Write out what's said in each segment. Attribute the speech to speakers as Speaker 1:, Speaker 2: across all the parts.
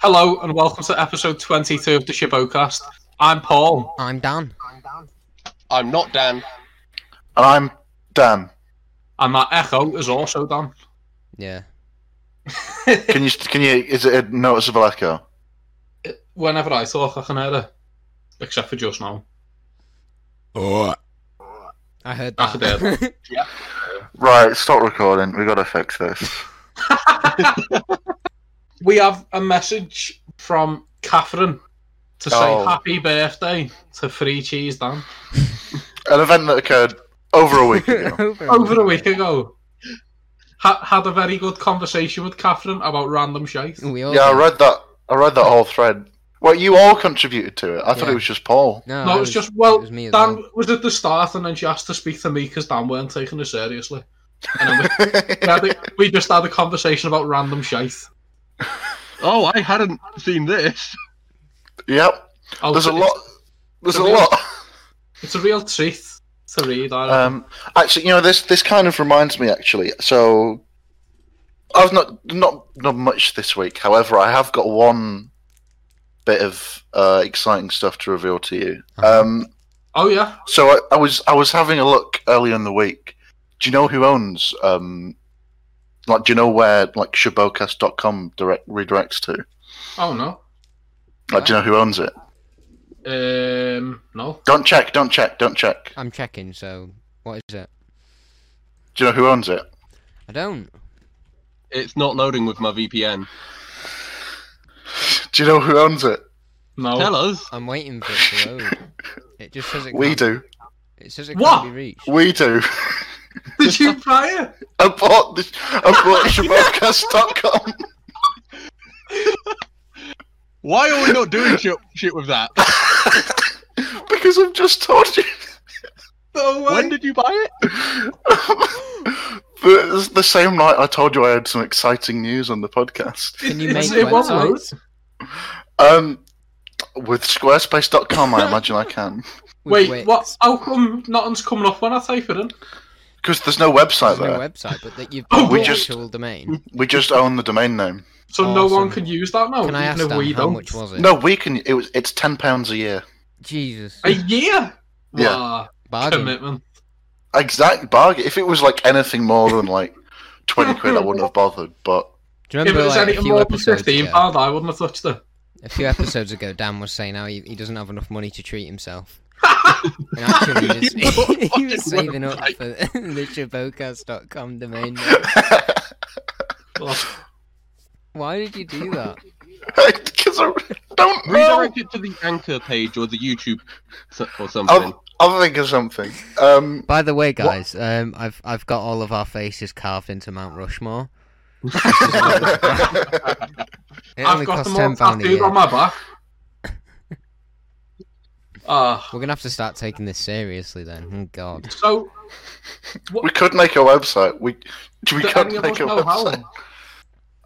Speaker 1: Hello and welcome to episode 22 of the Shibocast. I'm Paul.
Speaker 2: I'm Dan.
Speaker 3: I'm not Dan.
Speaker 4: And I'm Dan.
Speaker 1: And that echo is also Dan.
Speaker 2: Yeah.
Speaker 4: Can you can you is it a noticeable echo?
Speaker 1: Whenever I talk, I can hear it. Except for just now.
Speaker 2: Oh. I heard
Speaker 1: I could hear
Speaker 2: that.
Speaker 4: Right, stop recording. We gotta fix this.
Speaker 1: We have a message from Catherine to say
Speaker 4: Oh.
Speaker 1: happy birthday to Free Cheese Dan.
Speaker 4: An event that occurred over a week ago.
Speaker 2: Over.
Speaker 1: Over a week ago. Ha- had a very good conversation with Catherine about random shit.
Speaker 2: We all
Speaker 4: yeah, I
Speaker 2: did.
Speaker 4: read that. I read that whole thread. Well, you all contributed to it. I thought
Speaker 2: Yeah.
Speaker 4: it was just Paul.
Speaker 2: No,
Speaker 1: No,
Speaker 2: I
Speaker 1: it was
Speaker 2: was-
Speaker 1: just, well,
Speaker 2: it was me as
Speaker 1: Dan
Speaker 2: well.
Speaker 1: was at the start and then she asked to speak to me because Dan weren't taking her seriously. And then we we, had a- we just had a conversation about random shite.
Speaker 3: Oh, I hadn't seen this.
Speaker 4: yep.
Speaker 1: I'll-
Speaker 4: There's a
Speaker 1: Oh, it's-
Speaker 4: lot. There's a
Speaker 1: it's-
Speaker 4: lot.
Speaker 1: It's a real treat to read. I reckon.
Speaker 4: Um, actually, you know this. This kind of reminds me. Actually, so I've not not not much this week. However, I have got one bit of uh, exciting stuff to reveal to you.
Speaker 2: Uh-huh.
Speaker 4: Um,
Speaker 1: oh yeah,
Speaker 4: So I, I was I was having a look earlier in the week. Do you know who owns um like do you know where like shabocast.com direct redirects to?
Speaker 1: oh no,
Speaker 4: Like do you know who owns it?
Speaker 1: um, no.
Speaker 4: Don't check, don't check, don't check.
Speaker 2: I'm checking. So what is it?
Speaker 4: Do you know who owns it?
Speaker 2: I don't.
Speaker 3: It's not loading with my VPN.
Speaker 4: Do you know who owns it?
Speaker 1: No.
Speaker 3: Tell us.
Speaker 2: I'm waiting for it to load. It just says it.
Speaker 4: We
Speaker 2: can't-
Speaker 4: do.
Speaker 2: It says it
Speaker 1: What?
Speaker 2: can't be reached.
Speaker 4: We do.
Speaker 1: Did you buy it?
Speaker 4: I bought this I bought shabocast.com.
Speaker 3: Why are we not doing shit, shit with that?
Speaker 4: because I've just told you
Speaker 1: No way.
Speaker 3: When did you buy it?
Speaker 4: the, the same night I told you I had some exciting news on the podcast.
Speaker 2: Can you
Speaker 1: It's-
Speaker 2: make
Speaker 1: it was
Speaker 2: websites?
Speaker 1: loads.
Speaker 4: Um, with squarespace.com, I imagine I can.
Speaker 1: Wait,
Speaker 2: With Wix.
Speaker 1: what? How come nothing's coming up when I type it in?
Speaker 4: Because there's no
Speaker 2: There's
Speaker 4: website there.
Speaker 2: no website, but that you've
Speaker 1: Oh,
Speaker 2: got
Speaker 1: we
Speaker 2: the
Speaker 4: just-
Speaker 2: actual domain.
Speaker 4: we just own the domain name.
Speaker 1: So no one
Speaker 2: Awesome.
Speaker 1: can use that now,
Speaker 2: Can I ask
Speaker 1: even if
Speaker 2: Dan
Speaker 1: we
Speaker 2: how
Speaker 1: don't.
Speaker 2: much was it?
Speaker 4: No, we can. It was. It's ten pounds a year.
Speaker 2: Jesus.
Speaker 1: A year.
Speaker 4: Yeah.
Speaker 1: Wow,
Speaker 2: Bargain.
Speaker 1: commitment.
Speaker 4: Exact bargain. If it was like anything more than like twenty quid, I wouldn't have bothered. But
Speaker 2: Do you remember
Speaker 1: if it was
Speaker 2: like, a
Speaker 1: anything
Speaker 2: few
Speaker 1: more than
Speaker 2: episodes
Speaker 1: fifteen
Speaker 2: ago?
Speaker 1: pound, I wouldn't have touched it.
Speaker 2: A few episodes ago, Dan was saying how he, he doesn't have enough money to treat himself. and actually, he was,
Speaker 3: You know,
Speaker 2: he was
Speaker 3: fucking
Speaker 2: saving up
Speaker 3: website.
Speaker 2: for the Chabocast.com domain. name.
Speaker 1: Well,
Speaker 2: Why did you do that?
Speaker 4: because I don't know.
Speaker 3: Redirect it to the Anchor page or the YouTube so- or something.
Speaker 4: I'll, I'll think of something. Um,
Speaker 2: By the way, guys, um, I've I've got all of our faces carved into Mount Rushmore. It only
Speaker 1: I've got them
Speaker 2: costs
Speaker 1: all
Speaker 2: ten pound a
Speaker 1: tattooed
Speaker 2: year.
Speaker 1: on my back. Ah,
Speaker 2: We're gonna have to start taking this seriously then. Oh God.
Speaker 1: so
Speaker 4: we could make a website. We we
Speaker 1: do
Speaker 4: could
Speaker 1: any of
Speaker 4: make
Speaker 1: us
Speaker 4: a
Speaker 1: know how?
Speaker 4: website.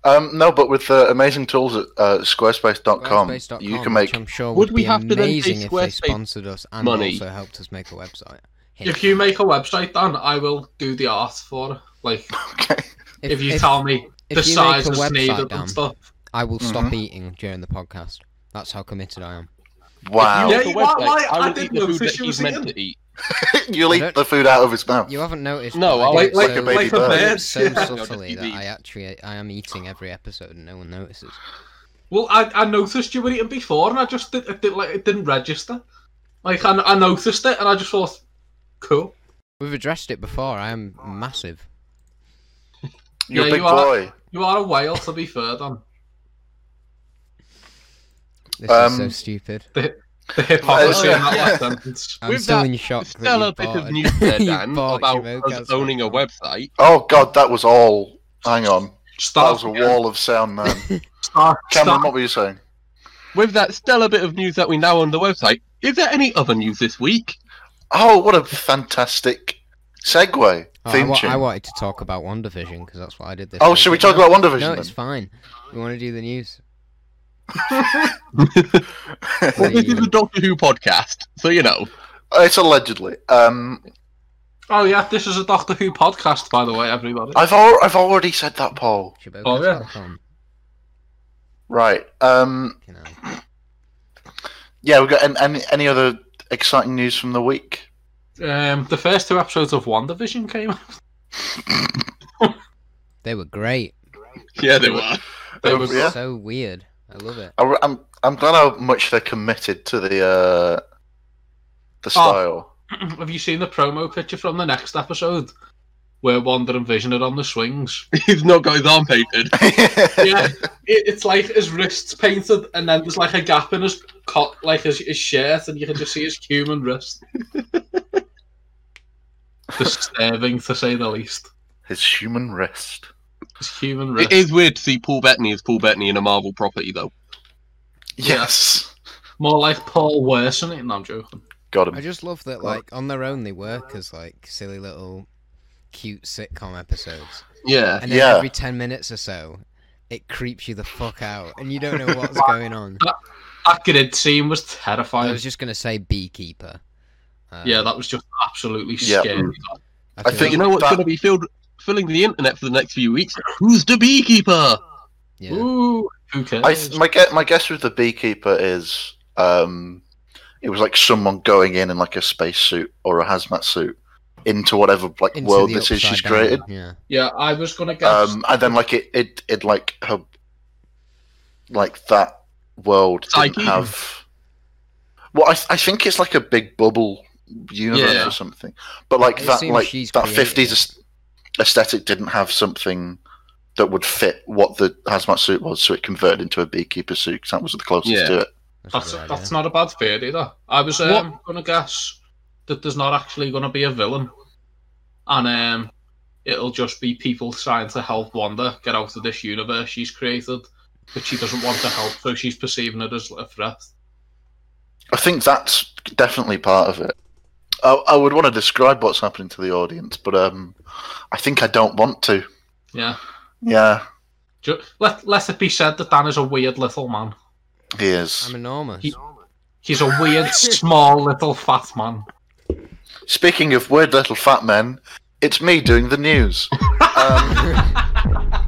Speaker 4: Um, no, but with the amazing tools at uh, squarespace.com,
Speaker 2: Squarespace.com,
Speaker 4: you can make
Speaker 2: Which I'm sure would
Speaker 3: Would we
Speaker 2: be
Speaker 3: have to then pay
Speaker 2: amazing if they
Speaker 3: Squarespace
Speaker 2: sponsored us and
Speaker 3: money?
Speaker 2: also helped us make a website. Hint.
Speaker 1: If you make a website, Dan, I will do the art for it. Like,
Speaker 4: okay.
Speaker 1: if, you tell me
Speaker 2: if
Speaker 1: the
Speaker 2: you make
Speaker 1: size
Speaker 2: a
Speaker 1: is
Speaker 2: website,
Speaker 1: needed
Speaker 2: Dan,
Speaker 1: and stuff.
Speaker 2: I will stop
Speaker 1: Mm-hmm.
Speaker 2: eating during the podcast. That's how committed I am.
Speaker 4: Wow.
Speaker 1: Yeah,
Speaker 3: If
Speaker 1: you
Speaker 3: you want
Speaker 1: are
Speaker 3: the
Speaker 1: right,
Speaker 3: website,
Speaker 1: I
Speaker 3: I will
Speaker 1: didn't
Speaker 3: eat the
Speaker 1: notice
Speaker 3: food that
Speaker 1: she was
Speaker 3: he's meant
Speaker 1: eating.
Speaker 3: to eat.
Speaker 4: You'll
Speaker 2: I
Speaker 4: eat
Speaker 2: don't-
Speaker 4: the food out of his mouth.
Speaker 2: You haven't noticed.
Speaker 3: No,
Speaker 2: but I
Speaker 3: I'll-
Speaker 2: do
Speaker 1: Like-
Speaker 2: it
Speaker 1: like-
Speaker 2: so,
Speaker 4: like a baby
Speaker 2: I do it
Speaker 1: bird,
Speaker 2: so
Speaker 1: yeah.
Speaker 2: subtly that
Speaker 3: Yeah.
Speaker 2: I actually I am eating every episode and no one notices.
Speaker 1: Well, I, I noticed you were eating before, and I just did, I did like it didn't register. Like, I, I noticed it, and I just thought, cool.
Speaker 2: We've addressed it before. I am massive.
Speaker 4: You're
Speaker 1: Yeah,
Speaker 4: a big
Speaker 1: you are.
Speaker 4: boy.
Speaker 1: You are a whale, to be fair, Dan.
Speaker 2: This is so
Speaker 4: Um,
Speaker 2: stupid.
Speaker 1: The
Speaker 3: Oh,
Speaker 1: hypocrisy in
Speaker 4: Yeah.
Speaker 1: that last sentence.
Speaker 2: I'm
Speaker 3: With
Speaker 2: still
Speaker 3: that
Speaker 2: in shock. that
Speaker 3: Stellar
Speaker 2: you
Speaker 3: bit
Speaker 2: bought
Speaker 3: of
Speaker 2: it.
Speaker 3: news there,
Speaker 2: You
Speaker 3: Dan,
Speaker 2: bought
Speaker 3: about us
Speaker 2: Shimoka's
Speaker 3: owning a
Speaker 2: website.
Speaker 3: website.
Speaker 4: Oh god, that was all. Hang on, that
Speaker 1: Start,
Speaker 4: was a wall of sound, man.
Speaker 1: start,
Speaker 4: Cameron,
Speaker 1: start.
Speaker 4: what were you saying?
Speaker 3: With that stellar bit of news that we now own the website, is there any other news this week?
Speaker 4: Oh, what a fantastic segue
Speaker 2: Oh, I,
Speaker 4: theme
Speaker 2: wa-
Speaker 4: tune.
Speaker 2: I wanted to talk about One Division because that's what I did this.
Speaker 4: oh,
Speaker 2: week.
Speaker 4: should we talk
Speaker 2: No,
Speaker 4: about One Division?
Speaker 2: No, it's fine. We want to do the news.
Speaker 3: Well, this is
Speaker 2: The-
Speaker 3: a Doctor Who podcast, so you know.
Speaker 4: Uh, it's allegedly. Um,
Speaker 1: Oh, yeah, this is a Doctor Who podcast, by the way, everybody.
Speaker 4: I've al- I've already said that, Paul.
Speaker 2: Chibocas.com.
Speaker 1: Oh, yeah.
Speaker 4: Right. Um,
Speaker 2: You know.
Speaker 4: yeah, we got an- any, any other exciting news from the week?
Speaker 1: Um, the first two episodes of WandaVision came out.
Speaker 2: They were great.
Speaker 3: Yeah, they were.
Speaker 1: They were
Speaker 4: Yeah.
Speaker 2: So weird. I love it.
Speaker 4: I, am I'm glad how much they're committed to the uh, the
Speaker 2: Oh.
Speaker 4: style.
Speaker 1: Have you seen the promo picture from the next episode where Wanda and Vision are on the swings?
Speaker 3: He's not got his arm painted.
Speaker 1: yeah, it, it's like his wrists painted, and then there's like a gap in his cot, like his, his shirt, and you can just see his human wrist. Disturbing to say the least.
Speaker 4: His human wrist.
Speaker 1: His human
Speaker 3: It
Speaker 1: wrist.
Speaker 3: is weird to see Paul Bettany as Paul Bettany in a Marvel property, though.
Speaker 4: Yes.
Speaker 1: More like Paul Worson. No, I'm joking.
Speaker 4: Got
Speaker 2: I
Speaker 4: him.
Speaker 2: just love that, like, on their own, they work as, like, silly little cute sitcom episodes.
Speaker 3: Yeah.
Speaker 2: And then
Speaker 4: Uh, Yeah.
Speaker 2: every 10 minutes or so, it creeps you the fuck out, and you don't know what's going on.
Speaker 1: That grid scene was
Speaker 2: I
Speaker 1: terrifying.
Speaker 2: was just going to say Beekeeper. Um,
Speaker 1: yeah, that was just absolutely
Speaker 4: Yeah.
Speaker 1: scary.
Speaker 2: I,
Speaker 4: I
Speaker 2: feel
Speaker 3: But
Speaker 4: think-
Speaker 2: like-
Speaker 3: you know what's
Speaker 4: That-
Speaker 3: going to be filled, filling the internet for the next few weeks? Who's the beekeeper?
Speaker 2: yeah.
Speaker 1: Ooh, who cares?
Speaker 4: I th- my guess, my guess with the beekeeper is um, it was like someone going in in like a spacesuit or a hazmat suit into whatever like
Speaker 2: Into
Speaker 4: world
Speaker 2: the
Speaker 4: this is
Speaker 2: upside
Speaker 4: she's
Speaker 2: down,
Speaker 4: created,
Speaker 2: Yeah.
Speaker 1: yeah, I was gonna guess.
Speaker 4: um, and then like it it it like her like that world
Speaker 3: Psyche?
Speaker 4: didn't have. Well, I, th- I think it's like a big bubble universe
Speaker 3: Yeah.
Speaker 4: or something, but like
Speaker 2: It
Speaker 4: that
Speaker 2: seems
Speaker 4: like
Speaker 2: she's
Speaker 4: that
Speaker 2: created
Speaker 4: fifties
Speaker 2: it.
Speaker 4: aesthetic didn't have something that would fit what the hazmat suit was, so it converted into a beekeeper suit 'cause that was the closest
Speaker 3: Yeah.
Speaker 4: to it.
Speaker 1: That's
Speaker 2: a good
Speaker 1: that's
Speaker 2: idea.
Speaker 1: not a bad theory either. I was um, gonna guess that there's not actually gonna be a villain, and um, it'll just be people trying to help Wanda get out of this universe she's created, but she doesn't want to help, so she's perceiving it as a threat.
Speaker 4: I think that's definitely part of it. I, I would want to describe what's happening to the audience, but um, I think I don't want to.
Speaker 1: Yeah.
Speaker 4: Yeah,
Speaker 1: Ju- Let let it be said that Dan is a weird little man.
Speaker 4: he is.
Speaker 2: I'm enormous.
Speaker 1: He- He's a weird small little fat man.
Speaker 4: Speaking of weird little fat men, it's me doing the news. um,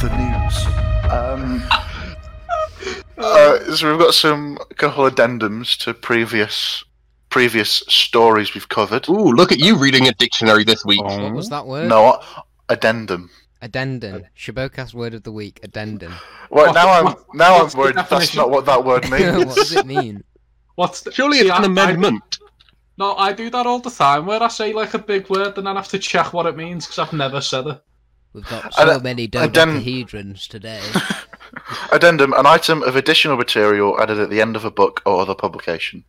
Speaker 4: the news. Um, uh, so we've got some couple addendums to previous previous stories we've covered.
Speaker 3: Ooh, look at you reading a dictionary this week.
Speaker 2: What was that word?
Speaker 4: No, addendum.
Speaker 2: Addendum.
Speaker 1: Uh,
Speaker 2: Shibokast word of the week. Addendum.
Speaker 4: Well,
Speaker 1: What-
Speaker 4: now I'm
Speaker 1: what-
Speaker 4: now I'm
Speaker 1: what's the
Speaker 4: worried. That's
Speaker 1: definition?
Speaker 4: not what that word
Speaker 2: what
Speaker 4: means.
Speaker 2: does it mean?
Speaker 1: What's the-
Speaker 3: Surely
Speaker 1: See,
Speaker 3: it's
Speaker 1: I-
Speaker 3: an
Speaker 1: I-
Speaker 3: amendment.
Speaker 1: no, I do that all the time where I say like a big word and then I have to check what it means because I've never said it.
Speaker 2: We've got
Speaker 4: I'd-
Speaker 2: so many
Speaker 4: I'd done-
Speaker 2: dodecahedrons today.
Speaker 4: addendum: an item of additional material added at the end of a book or other publication.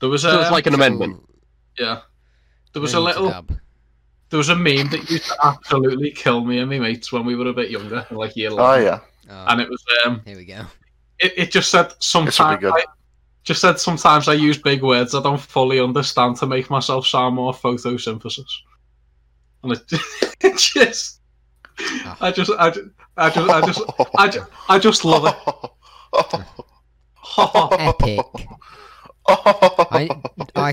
Speaker 1: There was
Speaker 3: So it's
Speaker 1: um,
Speaker 3: like an amendment.
Speaker 1: Yeah. There was a little there was a meme that used to absolutely kill me and my mates when we were a bit younger, like year
Speaker 4: Oh
Speaker 1: long.
Speaker 4: yeah,
Speaker 1: And it was um
Speaker 2: Oh, Here we go.
Speaker 1: it, it just said sometimes
Speaker 4: good.
Speaker 1: I, just said sometimes I use big words I don't fully understand to make myself sound more photosynthesis. And it, it just I just I just I
Speaker 4: Oh,
Speaker 1: just I just I just, I just love it.
Speaker 2: Epic. I, I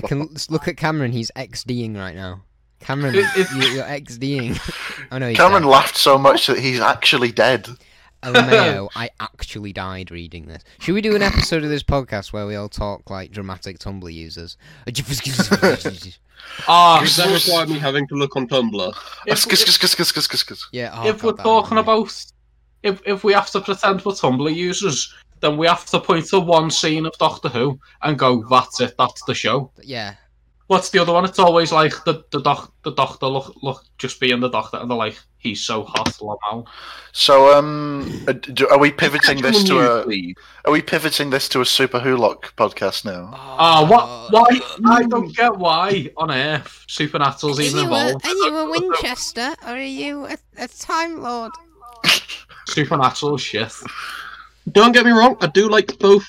Speaker 2: can s- look at Cameron. He's XDing right now. Cameron, you,
Speaker 1: It- it-
Speaker 2: you're XDing. Oh no, he's
Speaker 4: Cameron
Speaker 2: dead.
Speaker 4: laughed so much that he's actually dead.
Speaker 2: LMAO, I actually died reading this. Should we do an episode of this podcast where we all talk like dramatic Tumblr users?
Speaker 1: Ah,
Speaker 3: Does that require me having to look on Tumblr?
Speaker 1: if-
Speaker 4: Skis, skis, skis, skis, skis, skis, skis.
Speaker 2: yeah. Oh,
Speaker 1: if
Speaker 2: God,
Speaker 1: we're
Speaker 2: that
Speaker 1: talking
Speaker 2: reminds me.
Speaker 1: about if if we have to pretend we're Tumblr users, then we have to point to one scene of Doctor Who and go, "That's it, that's the show."
Speaker 2: yeah,
Speaker 1: What's the other one? It's always like the the doc the doctor look look just being the doctor, and they're like, "He's so hot, Lamal."
Speaker 4: So, um, uh, do- are we pivoting this to
Speaker 3: Actual
Speaker 4: a
Speaker 3: news, please.
Speaker 4: are we pivoting this to a Super Hulock podcast now?
Speaker 1: Ah,
Speaker 3: Uh,
Speaker 2: Uh,
Speaker 1: what? Why? I don't get why on earth Supernatural's even involved.
Speaker 2: Winchester or are you a, a Time Lord?
Speaker 1: Supernatural shit.
Speaker 3: Don't get me wrong, I do like both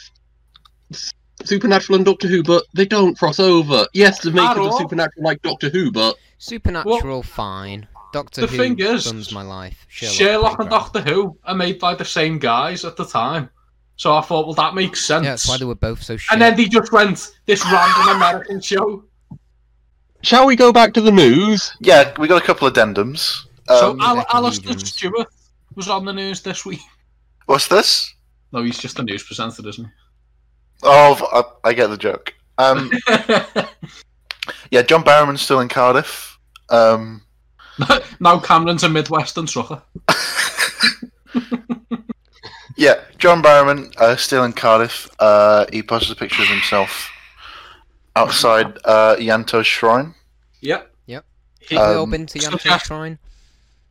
Speaker 3: S- Supernatural and Doctor Who, but they don't cross over. Yes, the makers of
Speaker 1: all.
Speaker 3: Supernatural like Doctor Who, but
Speaker 2: Supernatural, fine. Doctor
Speaker 1: the
Speaker 2: Who
Speaker 1: thing is,
Speaker 2: runs my life. Sherlock,
Speaker 1: Sherlock, and
Speaker 2: pretty crap.
Speaker 1: Doctor Who are made by the same guys at the time, so I thought, well, that makes sense.
Speaker 2: Yeah, that's why they were both so shit.
Speaker 1: And then they just went this random American show.
Speaker 3: shall we go back to the news?
Speaker 4: Yeah, we got a couple of addendums.
Speaker 1: So
Speaker 4: Um,
Speaker 1: Al-
Speaker 2: Letter
Speaker 1: Alistair
Speaker 2: Legends.
Speaker 1: Stewart was on the news this week.
Speaker 4: what's this?
Speaker 1: No, he's just a news presenter, isn't
Speaker 4: Oh, I, I get the joke. Um,
Speaker 1: he?
Speaker 4: yeah, John Barrowman's still in Cardiff. Um,
Speaker 1: now Cameron's a Midwestern trucker.
Speaker 4: yeah, John Barrowman uh, still in Cardiff. Uh, he posted a picture of himself outside uh, Yanto's shrine.
Speaker 1: Yep.
Speaker 2: Yep.
Speaker 1: He,
Speaker 4: Uh,
Speaker 2: we all
Speaker 4: Um,
Speaker 2: been to
Speaker 1: so-
Speaker 2: Yanto's Shrine?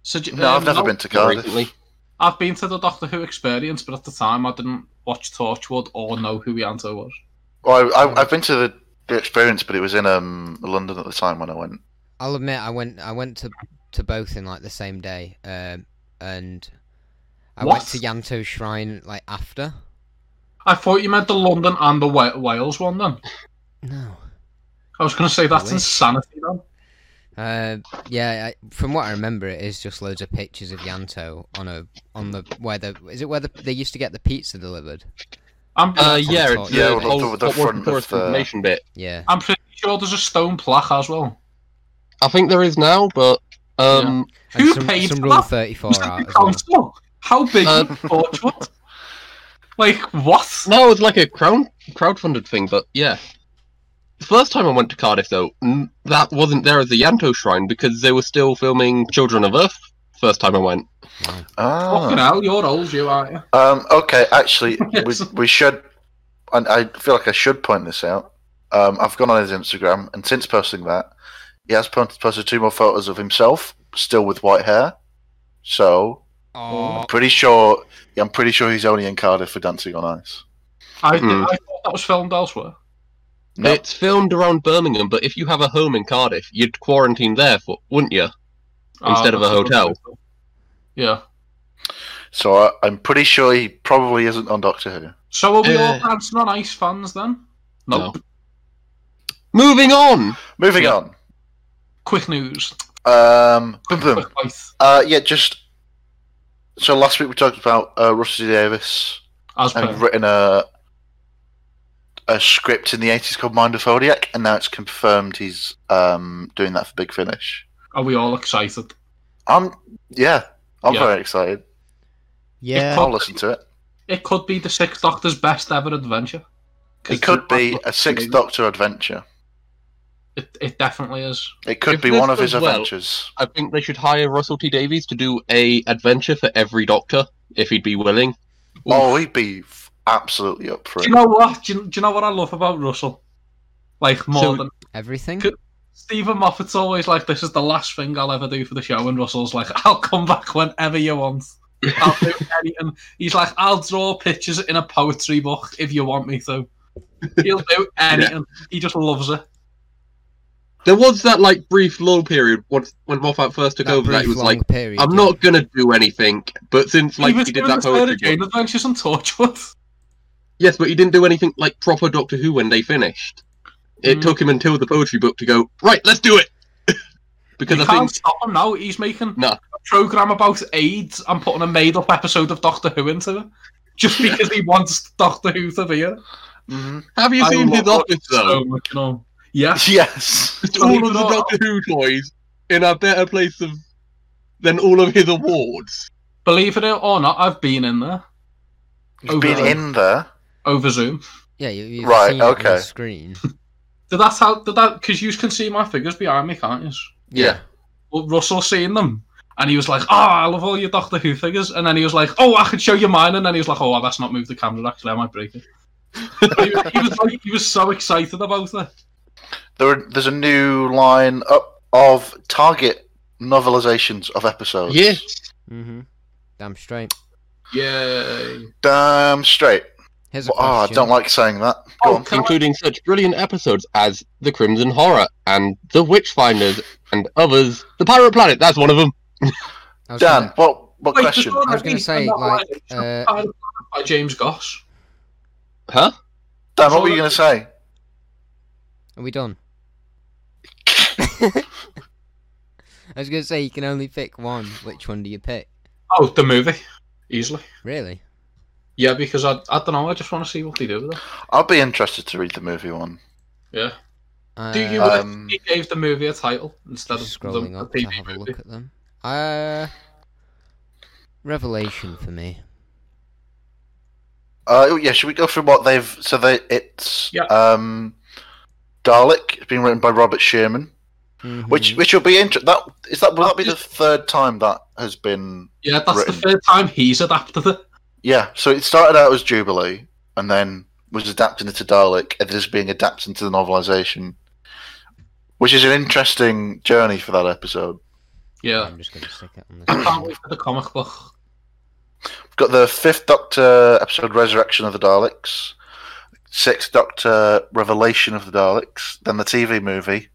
Speaker 1: sug-
Speaker 4: No, I've
Speaker 1: um,
Speaker 4: never
Speaker 1: no,
Speaker 4: been to Cardiff.
Speaker 3: Recently.
Speaker 1: I've been to the Doctor Who experience, but at the time I didn't watch Torchwood or know who Yanto was.
Speaker 4: Well, I, I, I've been to the, the experience, but it was in um, London at the time when I went.
Speaker 2: I'll admit, I went. I went to to both in like the same day, um, and I went
Speaker 1: What?
Speaker 2: to Yanto's Shrine like after.
Speaker 1: I thought you meant the London and the Wa- Wales one then.
Speaker 2: No.
Speaker 1: I was going to say that's
Speaker 2: wish.
Speaker 1: insanity then.
Speaker 2: Uh, yeah. I, from what I remember, it is just loads of pictures of Yanto on a on the where the is it where the, they used to get the pizza delivered.
Speaker 1: I'm,
Speaker 3: Uh,
Speaker 2: That's on
Speaker 3: yeah,
Speaker 2: the
Speaker 3: it's
Speaker 2: top.
Speaker 3: the,
Speaker 4: Yeah,
Speaker 3: yeah,
Speaker 4: with the- with the front of uh, the-
Speaker 3: information bit.
Speaker 2: Yeah.
Speaker 1: I'm pretty sure there's a stone plaque as well.
Speaker 3: I think there is now, but um,
Speaker 2: And
Speaker 1: Who
Speaker 2: some,
Speaker 1: paid
Speaker 2: some
Speaker 1: for
Speaker 2: Rule
Speaker 1: that?
Speaker 2: Thirty Four
Speaker 1: Was that
Speaker 2: art
Speaker 1: the
Speaker 2: as well.
Speaker 1: council? How big
Speaker 3: Uh,
Speaker 1: is Torchwood? Like, what?
Speaker 3: no, it's like a crowd crowdfunded thing. But yeah, the first time I went to Cardiff though, n- that wasn't there as a Yanto shrine because they were still filming Children of Earth. First time I went,
Speaker 1: Fucking
Speaker 4: Ah.
Speaker 1: hell, you're old, you aren't you?
Speaker 4: Um, okay, actually, we,
Speaker 1: Yes.
Speaker 4: we should. And I feel like I should point this out. Um, I've gone on his Instagram, and since posting that, he has po- posted two more photos of himself, still with white hair. So
Speaker 2: Oh,
Speaker 4: I'm pretty sure. Yeah, I'm pretty sure he's only in Cardiff for Dancing on Ice.
Speaker 1: I,
Speaker 3: Hmm.
Speaker 1: I thought that was filmed elsewhere.
Speaker 4: No.
Speaker 3: it's filmed around Birmingham. But if you have a home in Cardiff, you'd quarantine there, for, wouldn't you? Oh, Instead
Speaker 1: Ah,
Speaker 3: of a
Speaker 1: that's
Speaker 3: hotel.
Speaker 1: Yeah.
Speaker 4: So I, I'm pretty sure he probably isn't on Doctor Who.
Speaker 1: So are we all
Speaker 3: Uh,
Speaker 1: dancing on ice fans then? Nope.
Speaker 3: Moving on.
Speaker 4: Moving
Speaker 1: Yeah.
Speaker 4: on.
Speaker 1: Quick news.
Speaker 4: Um, boom,
Speaker 3: Hmm.
Speaker 4: boom.
Speaker 1: Quick life.
Speaker 4: Uh, yeah, just. So last week we talked about uh, Rusty Davis
Speaker 1: As per.
Speaker 4: having written a a script in the eighties called Mind of Zodiac, and now it's confirmed he's um, doing that for Big Finish.
Speaker 1: Are we all excited?
Speaker 4: I'm yeah, I'm
Speaker 1: Yeah.
Speaker 4: very excited.
Speaker 2: yeah.
Speaker 4: I'll listen to it.
Speaker 1: It could be the Sixth Doctor's best ever adventure. 'Cause
Speaker 4: It could be a
Speaker 1: that's what-
Speaker 4: Sixth Doctor adventure.
Speaker 1: It, it definitely is.
Speaker 4: It could
Speaker 3: If
Speaker 4: be
Speaker 3: this
Speaker 4: one of
Speaker 3: goes
Speaker 4: his
Speaker 3: well-
Speaker 4: adventures.
Speaker 3: I think they should hire Russell T Davies to do a adventure for every Doctor if he'd be willing.
Speaker 4: Oh, he'd be f- absolutely up for
Speaker 1: Do
Speaker 4: it.
Speaker 1: you know what? Do you, do you know what I love about Russell? Like more
Speaker 3: So-
Speaker 1: than
Speaker 2: Everything.
Speaker 1: Could- Stephen Moffat's always like, "This is the last thing I'll ever do for the show," and Russell's like, "I'll come back whenever you want. I'll do anything." He's like, "I'll draw pictures in a poetry book if you want me to." He'll do anything. He just loves it.
Speaker 3: There was that like brief lull period once when Moffat first took over that he
Speaker 2: brief
Speaker 3: was like,
Speaker 2: long period,
Speaker 3: I'm
Speaker 2: yeah.
Speaker 3: not gonna do anything. But since like
Speaker 1: he
Speaker 3: he,
Speaker 1: was
Speaker 3: did
Speaker 1: doing
Speaker 3: that
Speaker 1: the Sarah
Speaker 3: poetry
Speaker 1: Jane
Speaker 3: book,
Speaker 1: Adventures and Torchwood.
Speaker 3: yes, but he didn't do anything like proper Doctor Who when they finished. It
Speaker 1: Mm.
Speaker 3: took him until the poetry book to go right. Let's do it because
Speaker 1: you
Speaker 3: I
Speaker 1: can't
Speaker 3: think
Speaker 1: stop him now. He's making
Speaker 3: No.
Speaker 1: a program about AIDS and putting a made-up episode of Doctor Who into it, just because he wants Doctor Who to be in.
Speaker 4: hmm
Speaker 3: have you
Speaker 1: I
Speaker 3: seen his
Speaker 1: love
Speaker 3: office
Speaker 1: So,
Speaker 3: though?
Speaker 1: much, you know. Yeah,
Speaker 4: Yes.
Speaker 3: It's all
Speaker 1: Believe
Speaker 3: of
Speaker 1: it
Speaker 3: the
Speaker 1: or not.
Speaker 3: Doctor Who toys in a better place of, than all of his awards.
Speaker 1: believe it or not, I've been in there
Speaker 4: You've been
Speaker 1: Over.
Speaker 4: in there.
Speaker 1: over Zoom.
Speaker 2: Yeah, you, you've
Speaker 4: Right,
Speaker 2: seen it on
Speaker 4: okay.
Speaker 2: the screen.
Speaker 1: Did that how did that because you can see my figures behind me, can't you?
Speaker 4: Yeah.
Speaker 1: Well, Russell seeing them, and he was like, "Oh, I love all your Doctor Who figures," and then he was like, "Oh, I can show you mine," and then he was like, "Oh, well, that's not moved the camera. Actually, I might break it." But he, was- he was like, he was so excited about it.
Speaker 4: There, are- there's a new line up of Target novelizations of episodes.
Speaker 2: Mm-hmm. Damn straight.
Speaker 3: Oh,
Speaker 1: Yay!
Speaker 4: Damn straight.
Speaker 2: Here's a
Speaker 4: Well, oh, I
Speaker 2: question.
Speaker 4: don't like saying that. Go
Speaker 1: Oh,
Speaker 4: on.
Speaker 1: can I-
Speaker 3: including such brilliant episodes as The Crimson Horror and The Witchfinders and others. The Pirate Planet, that's one of them.
Speaker 2: I was
Speaker 4: Dan,
Speaker 2: gonna-
Speaker 4: what what
Speaker 1: Wait,
Speaker 4: question?
Speaker 1: just one
Speaker 2: I was gonna
Speaker 1: thing,
Speaker 2: say,
Speaker 1: and that
Speaker 2: like,
Speaker 1: line,
Speaker 2: uh,
Speaker 1: Pirate Planet by James Goss.
Speaker 3: Huh?
Speaker 4: Dan, what were you going to say?
Speaker 2: Are we done? I was gonna say you can only pick one. Which one do you pick?
Speaker 1: Oh, the movie, easily.
Speaker 2: Really?
Speaker 1: Yeah, because I I don't know. I just want to see what they do with it.
Speaker 4: I'll be interested to read the movie one.
Speaker 1: Yeah.
Speaker 2: Uh,
Speaker 1: Do you
Speaker 4: Uh,
Speaker 1: wish
Speaker 4: Um,
Speaker 1: he gave the movie a title instead of the,
Speaker 2: scrolling
Speaker 1: the
Speaker 2: up to
Speaker 1: TV
Speaker 2: have a
Speaker 1: movie?
Speaker 2: look at them? Uh, Revelation for me.
Speaker 4: Uh, oh, yeah, should we go through what they've? So they it's
Speaker 1: Yeah.
Speaker 4: um, Dalek. It's been written by Robert Sherman, which
Speaker 2: Mhm.
Speaker 4: which will be interesting. That is that will that be the third time that has been?
Speaker 1: Yeah, that's
Speaker 4: Written.
Speaker 1: the third time he's adapted it.
Speaker 4: Yeah. So it started out as Jubilee, and then was adapted into Dalek, and is being adapted into the novelization, which is an interesting journey for that episode.
Speaker 1: Yeah.
Speaker 2: I'm just gonna stick it on
Speaker 1: I can't
Speaker 2: the.
Speaker 1: wait for the comic book.
Speaker 4: We've got the fifth Doctor episode, Resurrection of the Daleks. Sixth Doctor, Revelation of the Daleks. Then the TV movie.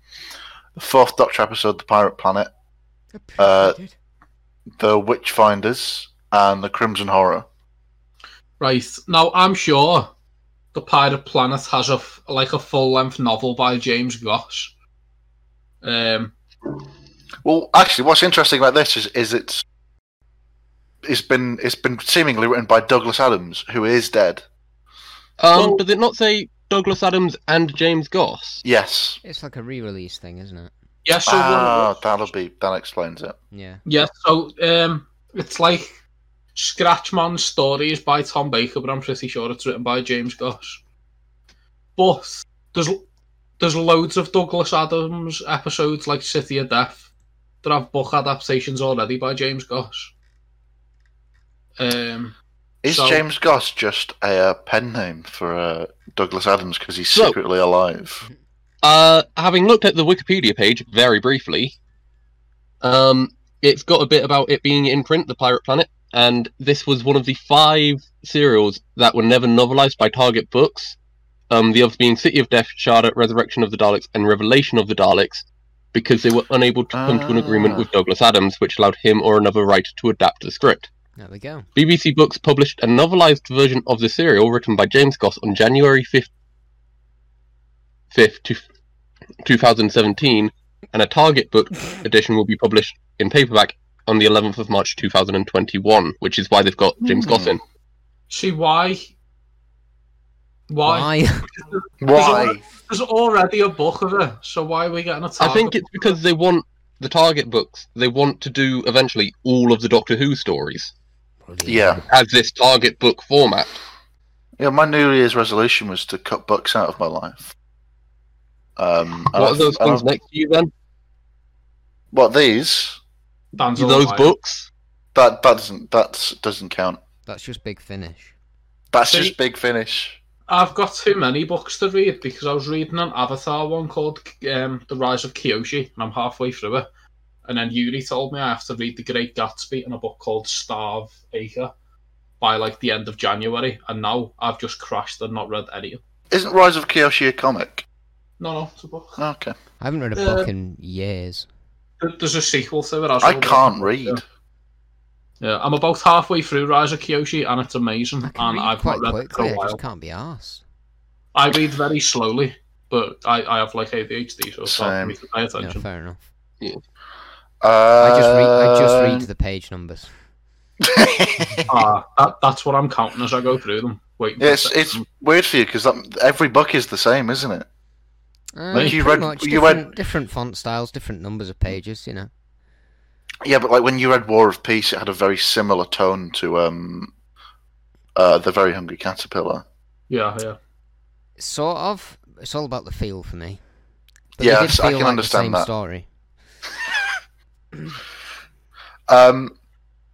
Speaker 4: The fourth Doctor episode, The Pirate Planet. Uh, the Witchfinders and the Crimson Horror.
Speaker 1: Right. Now, I'm sure The Pirate Planet has a, f- like a full-length novel by James Gosh. Um,
Speaker 4: Well, actually, what's interesting about this is, is it's it's been it's been seemingly written by Douglas Adams, who is dead.
Speaker 3: Um,
Speaker 1: Well-
Speaker 3: does it not say Douglas Adams and James Goss?
Speaker 4: Yes.
Speaker 2: It's like a re-release thing, isn't it?
Speaker 1: yeah, so one-
Speaker 4: Ah, that'll be that explains it.
Speaker 2: Yeah.
Speaker 1: Yeah, so um, it's like Scratchman Stories by Tom Baker, but I'm pretty sure it's written by James Goss. But there's there's loads of Douglas Adams episodes like City of Death that have book adaptations already by James Goss. Um,
Speaker 4: Is
Speaker 1: So-
Speaker 4: James Goss just a uh, pen name for uh, Douglas Adams because he's
Speaker 3: So-
Speaker 4: secretly
Speaker 2: Mm-hmm.
Speaker 4: alive?
Speaker 3: Uh, having looked at the Wikipedia page very briefly, um, it's got a bit about it being in print, The Pirate Planet, and this was one of the five serials that were never novelized by Target Books. Um, the others being City of Death, Charlotte, Resurrection of the Daleks, and Revelation of the Daleks, because they were unable to come to an agreement
Speaker 4: Ah.
Speaker 3: with Douglas Adams, which allowed him or another writer to adapt the script.
Speaker 2: There we go.
Speaker 3: BBC Books published a novelized version of the serial written by James Goss on January 5th, 5th two- 2017, and a Target Book edition will be published in paperback on the 11th of March 2021, which is why they've got James Goss in.
Speaker 1: see why? Why?
Speaker 2: Why?
Speaker 4: Why?
Speaker 1: There's already a book of it, so why are we getting a
Speaker 3: I
Speaker 1: target?
Speaker 3: think it's because they want the Target Books, they want to do eventually all of the Doctor Who stories
Speaker 4: Yeah.
Speaker 3: as this Target Book format.
Speaker 4: Yeah. My New Year's resolution was to cut books out of my life. Um, and
Speaker 3: what are
Speaker 4: I've-
Speaker 3: those
Speaker 4: and
Speaker 3: ones
Speaker 4: I've-
Speaker 3: next to you then?
Speaker 4: What these?
Speaker 1: Dan's all
Speaker 3: Those
Speaker 1: right.
Speaker 3: books?
Speaker 4: That that doesn't that doesn't count.
Speaker 2: That's just big finish.
Speaker 4: That's
Speaker 1: See?
Speaker 4: just big finish.
Speaker 1: I've got too many books to read because I was reading an Avatar one called um, The Rise of Kyoshi, and I'm halfway through it. And then Yuri told me I have to read The Great Gatsby and a book called Starve Acre by like the end of January, and now I've just crashed and not read any of them.
Speaker 4: Isn't Rise of Kyoshi a comic?
Speaker 1: No, no, it's a book.
Speaker 4: Okay.
Speaker 2: I haven't read a
Speaker 1: Uh,
Speaker 2: book in years.
Speaker 1: There- There's a sequel to it. as
Speaker 4: I
Speaker 1: well.
Speaker 4: can't read.
Speaker 1: Yeah, I'm about halfway through Rise of Kyoshi, and it's amazing.
Speaker 2: I can
Speaker 1: and
Speaker 2: read
Speaker 1: Um, I've
Speaker 2: quite
Speaker 1: not read it for
Speaker 2: quickly.
Speaker 1: a
Speaker 2: I
Speaker 1: while.
Speaker 2: just can't be asked.
Speaker 1: I read very slowly, but I, I have like ADHD, so it's hard
Speaker 4: Same.
Speaker 1: for me to pay
Speaker 2: No,
Speaker 1: attention.
Speaker 2: fair enough.
Speaker 4: Uh,
Speaker 2: I just read. I just
Speaker 4: Um,
Speaker 2: read the page numbers.
Speaker 4: Uh,
Speaker 1: Ah, that, that's what I'm counting as I go through them. Wait,
Speaker 4: It's it's weird for you because every book is the same, isn't it?
Speaker 2: Uh,
Speaker 4: Like you
Speaker 2: pretty
Speaker 4: read-
Speaker 2: much
Speaker 4: you read-
Speaker 2: different, different font styles, different numbers of pages. You know.
Speaker 4: Yeah, but like when you read War of Peace, it had a very similar tone to um, uh, the Very Hungry Caterpillar.
Speaker 1: yeah, yeah.
Speaker 2: Sort of. It's all about the feel for me. But
Speaker 4: Yeah,
Speaker 2: they did
Speaker 4: I
Speaker 2: feel
Speaker 4: can
Speaker 2: like
Speaker 4: understand
Speaker 2: the same
Speaker 4: that.
Speaker 2: story.
Speaker 4: Um,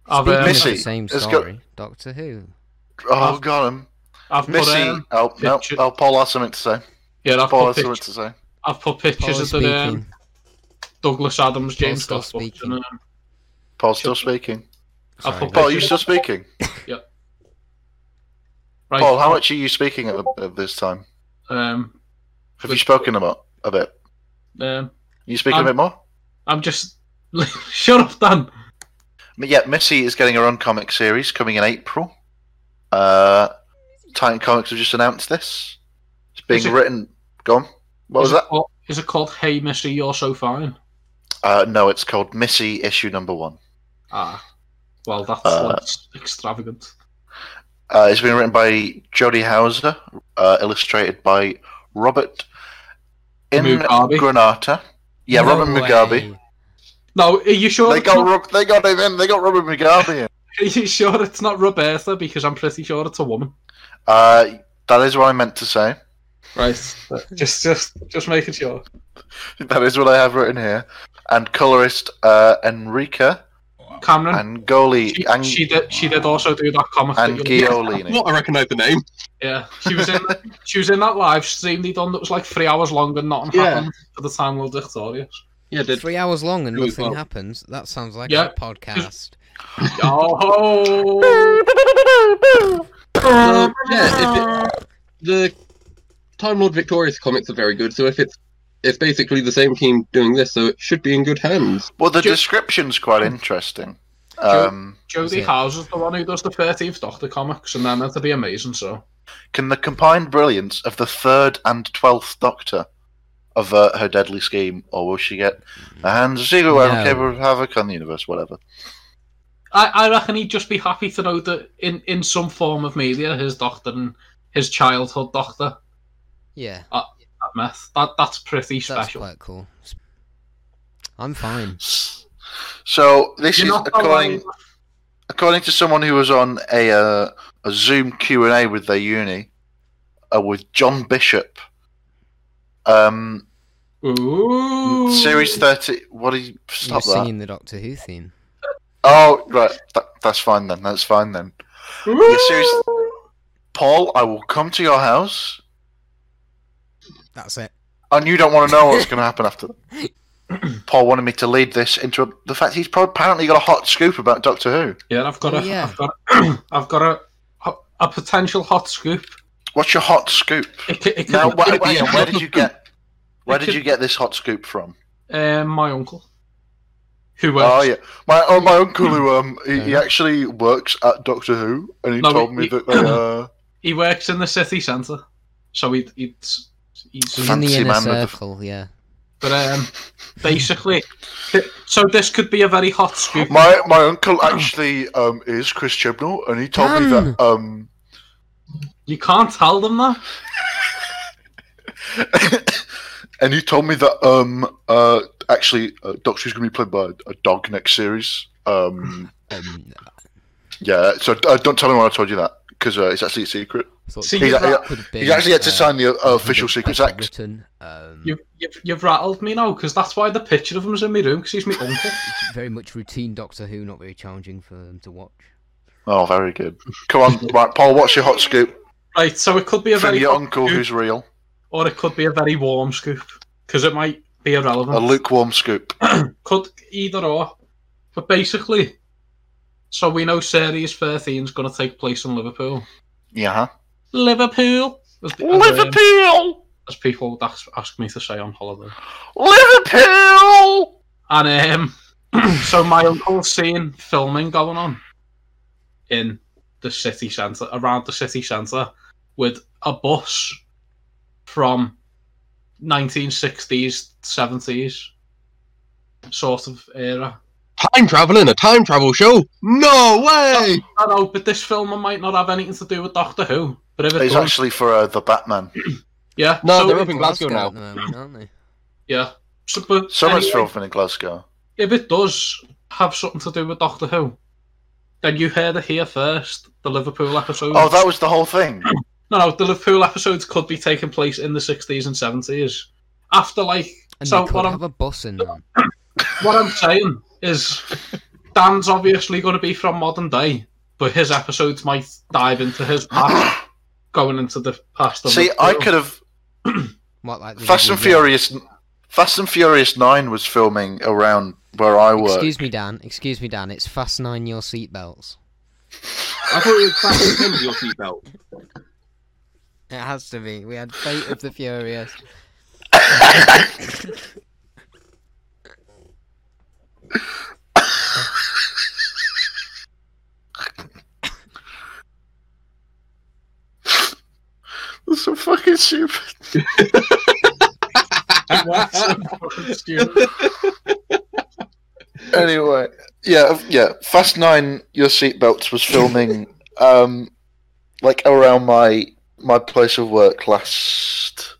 Speaker 1: I've,
Speaker 2: Speaking
Speaker 1: um,
Speaker 2: of
Speaker 4: Missy,
Speaker 2: the same
Speaker 4: let's go-
Speaker 2: story. Doctor Who.
Speaker 4: oh, got him,
Speaker 1: I've put
Speaker 4: Missy.
Speaker 1: um,
Speaker 4: oh no,
Speaker 1: picture-
Speaker 4: oh Paul has something to say.
Speaker 1: yeah, I've
Speaker 4: Paul
Speaker 1: put,
Speaker 4: has
Speaker 1: pic-
Speaker 4: something to say.
Speaker 1: I've put pictures
Speaker 2: Paul
Speaker 1: of
Speaker 2: is
Speaker 1: the um,
Speaker 2: speaking.
Speaker 1: Douglas Adams, James
Speaker 2: still
Speaker 1: Scott books,
Speaker 2: speaking.
Speaker 1: and, um,
Speaker 4: Paul's still speaking.
Speaker 1: I've
Speaker 2: Sorry,
Speaker 1: put
Speaker 4: Paul,
Speaker 2: guys.
Speaker 4: are you still speaking?
Speaker 1: right.
Speaker 4: Paul, how much are you speaking at, at this time?
Speaker 1: Um,
Speaker 4: Have you spoken about a bit?
Speaker 1: um,
Speaker 4: You speaking
Speaker 1: Um,
Speaker 4: a bit more?
Speaker 1: I'm just shut up, Dan.
Speaker 4: But yeah, Missy is getting her own comic series coming in April. Uh, Titan Comics have just announced this. It's being
Speaker 1: Is it-
Speaker 4: written. Go on. What was
Speaker 1: Is it
Speaker 4: that?
Speaker 1: called- is it called Hey Missy, You're So Fine?
Speaker 4: Uh, no, it's called Missy issue number one.
Speaker 1: Ah, well, that's
Speaker 4: Uh,
Speaker 1: like, s- extravagant.
Speaker 4: Uh, it's been written by Jody Hauser, uh, illustrated by Robert in
Speaker 1: Mugabe.
Speaker 4: Granata. Yeah,
Speaker 2: No
Speaker 4: Robin Mugabe.
Speaker 2: way.
Speaker 1: No, are you sure?
Speaker 4: They
Speaker 1: it's not-
Speaker 4: got Rob- they got him in. They got Robin Mugabe in.
Speaker 1: Are you sure it's not Roberta? Because I'm pretty sure it's a woman.
Speaker 4: Uh, that is what I meant to say.
Speaker 1: Right. just, just, just making sure.
Speaker 4: That is what I have written here. And colorist uh, Enrica
Speaker 1: Cameron.
Speaker 4: and goalie
Speaker 1: she,
Speaker 4: and,
Speaker 1: she did. She did also do that comic. that
Speaker 4: and
Speaker 1: you-
Speaker 4: Giolini.
Speaker 3: What I recognise the name.
Speaker 1: Yeah, she was in. she was in that live stream they done that was like three hours long and nothing
Speaker 3: Yeah.
Speaker 1: happened for the time we were victorious.
Speaker 3: Yeah, did
Speaker 2: Three hours long and
Speaker 3: It was
Speaker 2: nothing
Speaker 3: well.
Speaker 2: happens. That sounds like
Speaker 1: Yeah.
Speaker 2: a podcast.
Speaker 1: Oh.
Speaker 3: Um, yeah, if it, the Time Lord Victorious comics are very good. So if it's it's basically the same team doing this, so it should be in good hands.
Speaker 4: Well, the
Speaker 1: Ju-
Speaker 4: description's quite interesting.
Speaker 1: Ju-
Speaker 4: Um,
Speaker 1: Jodie
Speaker 2: Yeah.
Speaker 1: House is the one who does the 13th Doctor comics, and they're meant to be amazing, so.
Speaker 4: Can the combined brilliance of the third and twelfth Doctor avert her deadly scheme, or will she get her hands zero
Speaker 2: No.
Speaker 4: no. capable of havoc on the universe? Whatever.
Speaker 1: I, I reckon he'd just be happy to know that in, in some form of media, his doctor and his childhood doctor
Speaker 2: Yeah,
Speaker 1: have met. That, that's pretty
Speaker 2: that's
Speaker 1: special.
Speaker 2: quite cool. I'm fine.
Speaker 4: So this
Speaker 1: You're
Speaker 4: is
Speaker 1: not
Speaker 4: according
Speaker 1: alive.
Speaker 4: according to someone who was on a uh, a Zoom Q and A with their uni, uh, with John Bishop. Um,
Speaker 1: Ooh.
Speaker 4: series thirty. What do you
Speaker 2: You were
Speaker 4: stop that?
Speaker 2: singing the Doctor Who theme.
Speaker 4: Oh right, that, that's fine then. That's fine then.
Speaker 1: Ooh.
Speaker 4: The series. Paul, I will come to your house,
Speaker 2: That's it.
Speaker 4: and you don't want to know what's going to happen after that. Paul wanted me to lead this into a, the fact he's pro- apparently got a hot scoop about Doctor Who.
Speaker 1: Yeah, I've got
Speaker 2: Oh,
Speaker 1: a,
Speaker 2: yeah.
Speaker 1: have got, a, I've got a, a potential hot scoop.
Speaker 4: What's your hot scoop?
Speaker 1: It, c- it could
Speaker 4: Now,
Speaker 1: be-
Speaker 4: wh-
Speaker 3: it be
Speaker 4: hang
Speaker 3: a
Speaker 4: on, where did
Speaker 3: hot
Speaker 4: you get? Where did
Speaker 1: could-
Speaker 4: you get this hot scoop from?
Speaker 1: Um, my uncle, who works.
Speaker 4: Oh yeah, my oh, my uncle who um he, he
Speaker 2: Yeah.
Speaker 4: actually works at Doctor Who, and he
Speaker 1: No,
Speaker 4: told
Speaker 1: he-
Speaker 4: me
Speaker 1: he-
Speaker 4: that they uh,
Speaker 1: He works in the city centre, so he, he's he's.
Speaker 2: In the
Speaker 4: Fancy
Speaker 2: inner
Speaker 4: man with the-
Speaker 2: circle, yeah.
Speaker 1: But um, basically, so this could be a very hot scoop.
Speaker 4: my my uncle actually um is Chris Chibnall, and he told me that um
Speaker 1: You can't tell them that.
Speaker 4: and he told me that um uh actually uh, Doctor Who's going to be played by a, a dog next series. Um
Speaker 2: Um,
Speaker 4: yeah, so uh, don't tell him I told you that because uh, it's actually a secret.
Speaker 2: I thought
Speaker 1: See,
Speaker 2: that
Speaker 4: He's,
Speaker 1: you've,
Speaker 4: uh,
Speaker 1: ra-
Speaker 2: could have
Speaker 4: He
Speaker 2: been,
Speaker 4: actually had to
Speaker 2: uh,
Speaker 4: sign the uh, official
Speaker 2: something
Speaker 4: Secrets
Speaker 2: better
Speaker 4: Act.
Speaker 2: Written, um,
Speaker 1: you've, you've, you've rattled me now because that's why the picture of him's in my room because he's my uncle.
Speaker 2: it's very much routine Doctor Who, not very challenging for them to watch.
Speaker 4: Oh, very good. Come on, right, Paul. What's your hot scoop
Speaker 1: Right, so it could be a
Speaker 4: from
Speaker 1: very
Speaker 4: your
Speaker 1: hot
Speaker 4: uncle
Speaker 1: scoop,
Speaker 4: who's real?
Speaker 1: or it could be a very warm scoop because it might be irrelevant.
Speaker 4: A lukewarm scoop.
Speaker 1: could either or. But basically, so we know Series 13 is going to take place in Liverpool.
Speaker 4: Yeah. huh?
Speaker 1: Liverpool? As, as, um,
Speaker 4: Liverpool!
Speaker 1: as people would ask, ask me to say on holiday.
Speaker 4: Liverpool!
Speaker 1: And um, so my uncle's seeing filming going on in the city centre, around the city centre, with a bus from 1960s, 70s sort of era.
Speaker 3: time travel in a time travel show? No way!
Speaker 1: I know, but this film might not have anything to do with Doctor Who. But if it
Speaker 4: It's
Speaker 1: does,
Speaker 4: actually for uh, the Batman.
Speaker 1: yeah,
Speaker 3: No,
Speaker 1: so-
Speaker 3: they're up in Glasgow
Speaker 2: at the
Speaker 3: now.
Speaker 2: moment, aren't they?
Speaker 1: yeah. So, but
Speaker 4: Someone's
Speaker 1: anyway,
Speaker 4: filming in Glasgow.
Speaker 1: if it does have something to do with Doctor Who, then you heard it here first. The Liverpool episode.
Speaker 4: Oh, that was the whole thing.
Speaker 1: no, no. The Liverpool episodes could be taking place in the sixties and seventies. After like,
Speaker 2: And
Speaker 1: so
Speaker 2: they
Speaker 1: what
Speaker 2: could
Speaker 1: I'm
Speaker 2: have a bus in them.
Speaker 1: what I'm saying is, Dan's obviously going to be from modern day, but his episodes might dive into his past, going into the past. of
Speaker 4: See, I
Speaker 1: Liverpool.
Speaker 4: could have
Speaker 2: What, like the
Speaker 4: Fast and
Speaker 2: Rebel Yell?
Speaker 4: Furious. Fast and Furious Nine was filming around where I work.
Speaker 2: Excuse me, Dan. Excuse me, Dan. It's fasten on your seatbelts.
Speaker 3: I thought it was back in your seatbelt.
Speaker 2: It has to be. We had Fate of the Furious.
Speaker 4: That's so fucking stupid.
Speaker 1: Excuse-
Speaker 4: Anyway, yeah, yeah. Fast Nine, your seatbelts was filming, um, like around my my place of work last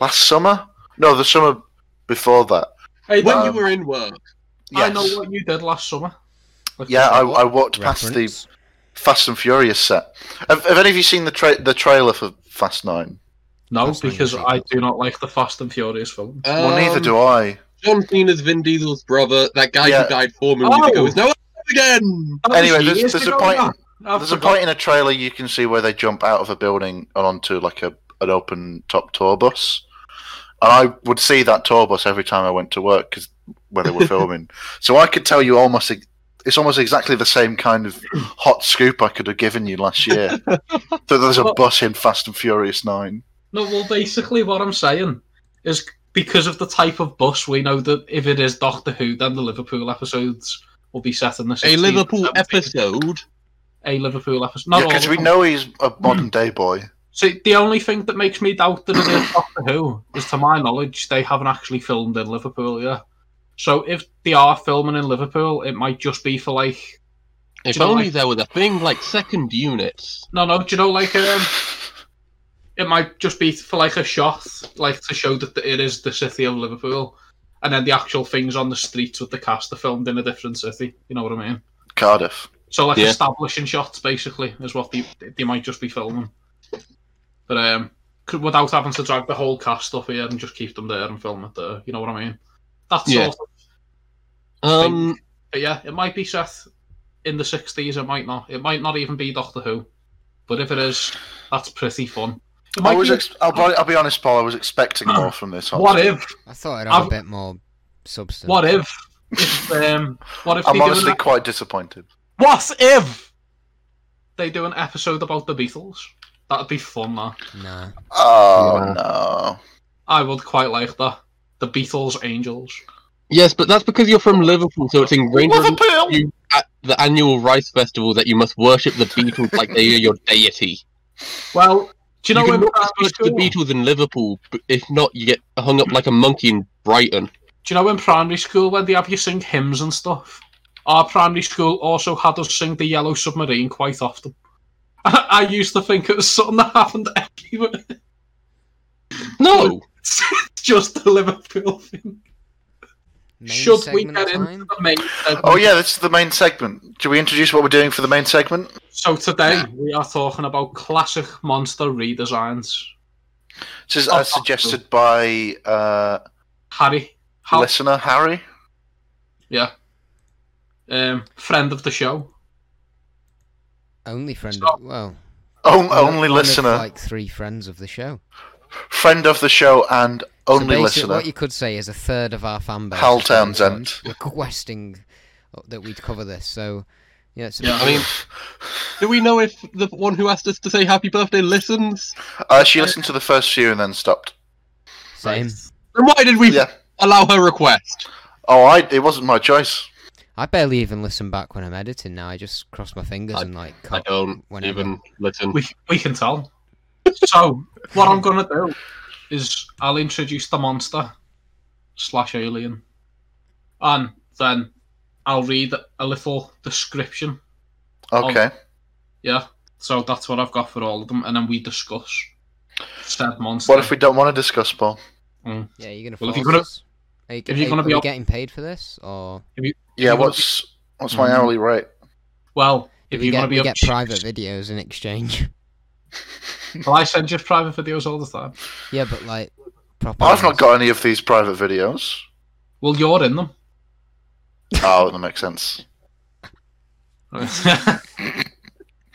Speaker 4: last summer. No, the summer before that.
Speaker 3: Hey, when you
Speaker 4: Um,
Speaker 3: were in work,
Speaker 1: I know
Speaker 4: Yes.
Speaker 1: what you did last summer. Like,
Speaker 4: Yeah, I, I walked past the
Speaker 2: Reference.
Speaker 4: Fast and Furious set. Have, have any of you seen the tra- the trailer for Fast Nine?
Speaker 1: no,
Speaker 2: That's my
Speaker 1: because
Speaker 2: new
Speaker 1: I do not like the Fast and Furious film.
Speaker 4: well,
Speaker 1: Um,
Speaker 4: neither do I.
Speaker 3: um, John Cena's Vin Diesel's brother, that guy
Speaker 4: Yeah.
Speaker 3: who died four movies
Speaker 1: Oh.
Speaker 3: ago, is now alive again.
Speaker 4: Anyway, there's, there's a point. There's a point in a trailer you can see where they jump out of a building and onto like a an open top tour bus, and I would see that tour bus every time I went to work because where they were filming. So I could tell you almost ex- it's almost exactly the same kind of hot scoop I could have given you last year. that there's a
Speaker 1: Well-
Speaker 4: bus in Fast and Furious Nine.
Speaker 1: No, well, basically, what I'm saying is because of the type of bus, we know that if it is Doctor Who, then the Liverpool episodes will be set in the 16th
Speaker 3: A
Speaker 1: and
Speaker 3: Liverpool
Speaker 1: 17th.
Speaker 3: episode.
Speaker 1: A Liverpool episode. Not
Speaker 4: Yeah, because
Speaker 1: all
Speaker 4: we
Speaker 1: of them.
Speaker 4: know he's a modern day boy.
Speaker 1: See, the only thing that makes me doubt that it is Doctor Who is, to my knowledge, they haven't actually filmed in Liverpool yet. So if they are filming in Liverpool, it might just be for like
Speaker 3: If
Speaker 1: you know,
Speaker 3: only
Speaker 1: like-
Speaker 3: there was a thing like second units.
Speaker 1: no, no. Do you know like um, it might just be for like a shot, like to show that it is the city of Liverpool, and then the actual things on the streets with the cast are filmed in a different city. You know what I mean?
Speaker 4: Cardiff.
Speaker 1: So like
Speaker 3: Yeah.
Speaker 1: establishing shots basically is what they they might just be filming. But um, could, without having to drag the whole cast up here and just keep them there and film it there. You know what I mean? That's
Speaker 3: Yeah.
Speaker 1: sort of,
Speaker 3: Um,
Speaker 1: but yeah, it might be set in the sixties. It might not. It might not even be Doctor Who. But if it is, that's pretty fun. It
Speaker 4: I
Speaker 1: might
Speaker 4: was.
Speaker 1: be-
Speaker 4: Ex- I'll, be, I'll be honest, Paul. I was expecting more from this.
Speaker 1: what
Speaker 4: honestly.
Speaker 1: if?
Speaker 2: I thought I'd have
Speaker 1: I've-
Speaker 2: a bit more substance.
Speaker 1: What if? if um, what if they
Speaker 4: I'm
Speaker 1: do an-
Speaker 4: honestly quite disappointed.
Speaker 1: What if they do an episode about the Beatles? That'd be fun, man.
Speaker 2: Nah.
Speaker 4: Oh
Speaker 3: Yeah.
Speaker 4: no!
Speaker 1: I would quite like that. The Beatles Angels.
Speaker 3: yes, but that's because you're from Liverpool, so it's ingrained in
Speaker 4: Liverpool.
Speaker 3: you at the annual Rice Festival that you must worship the Beatles like they are your deity.
Speaker 1: Well, do you know
Speaker 3: you
Speaker 1: when
Speaker 3: can
Speaker 1: would that be
Speaker 3: worship the
Speaker 1: cool?
Speaker 3: Beatles in Liverpool, but if not, you get hung up like a monkey in Brighton.
Speaker 1: Do you know in primary school when they have you sing hymns and stuff? Our primary school also had us sing the Yellow Submarine quite often. I, I used to think it was something that happened everywhere.
Speaker 3: No,
Speaker 1: it's just the Liverpool thing.
Speaker 2: Main
Speaker 1: Should we
Speaker 2: segment
Speaker 1: get into
Speaker 2: time?
Speaker 1: the main segment?
Speaker 4: Oh yeah, this is the main segment. Do we introduce what we're doing for the main segment?
Speaker 1: So today we are talking about classic monster redesigns.
Speaker 4: This is
Speaker 1: Oh,
Speaker 4: as suggested by uh,
Speaker 1: Harry, how,
Speaker 4: listener Harry.
Speaker 1: yeah, um, friend of the show.
Speaker 2: Only friend.
Speaker 1: Stop.
Speaker 2: Of, well,
Speaker 4: On, only
Speaker 2: one of,
Speaker 4: listener,
Speaker 2: like three friends of the show.
Speaker 4: friend of the show, and
Speaker 2: So
Speaker 4: only
Speaker 2: basi-
Speaker 4: listener.
Speaker 2: What you could say is a third of our fan base.
Speaker 4: Hal
Speaker 2: is pretty much
Speaker 4: Townsend.
Speaker 2: requesting that we'd cover this. So yeah, it's a
Speaker 1: Yeah,
Speaker 2: big
Speaker 3: I mean, do we know if the one who asked us to say happy birthday listens?
Speaker 4: Uh, she listened to the first few and then stopped.
Speaker 2: same.
Speaker 3: Then why did we
Speaker 4: Yeah.
Speaker 3: allow her request?
Speaker 4: Oh, I. It wasn't my choice.
Speaker 2: I barely even listen back when I'm editing now. I just cross my fingers and like
Speaker 3: I
Speaker 2: cut
Speaker 3: don't
Speaker 2: whenever.
Speaker 3: even listen.
Speaker 1: We, we can tell. so, what I'm going to do is I'll introduce the monster slash alien, and then I'll read a little description.
Speaker 4: Okay.
Speaker 1: Yeah, so that's what I've got for all of them, and then we discuss said monster.
Speaker 4: what if we don't want to discuss, Paul?
Speaker 2: Yeah, you're gonna.
Speaker 1: Well, if
Speaker 2: force
Speaker 1: you're gonna-
Speaker 2: us? Are you,
Speaker 1: if you're
Speaker 2: are-
Speaker 1: gonna
Speaker 2: are
Speaker 1: be
Speaker 2: we
Speaker 1: off-
Speaker 2: getting paid for this, or
Speaker 4: Yeah.
Speaker 1: You wanna
Speaker 4: What's What's my
Speaker 1: Mm.
Speaker 4: hourly rate?
Speaker 1: Well, if
Speaker 2: we
Speaker 1: you're
Speaker 2: get,
Speaker 1: going to be
Speaker 2: we
Speaker 1: up,
Speaker 2: get private videos in exchange?
Speaker 1: well, I send you private videos all the time.
Speaker 2: yeah, but like proper.
Speaker 4: I've not
Speaker 2: ones.
Speaker 4: got any of these private videos.
Speaker 1: Well, you're in them.
Speaker 4: Oh, that makes sense.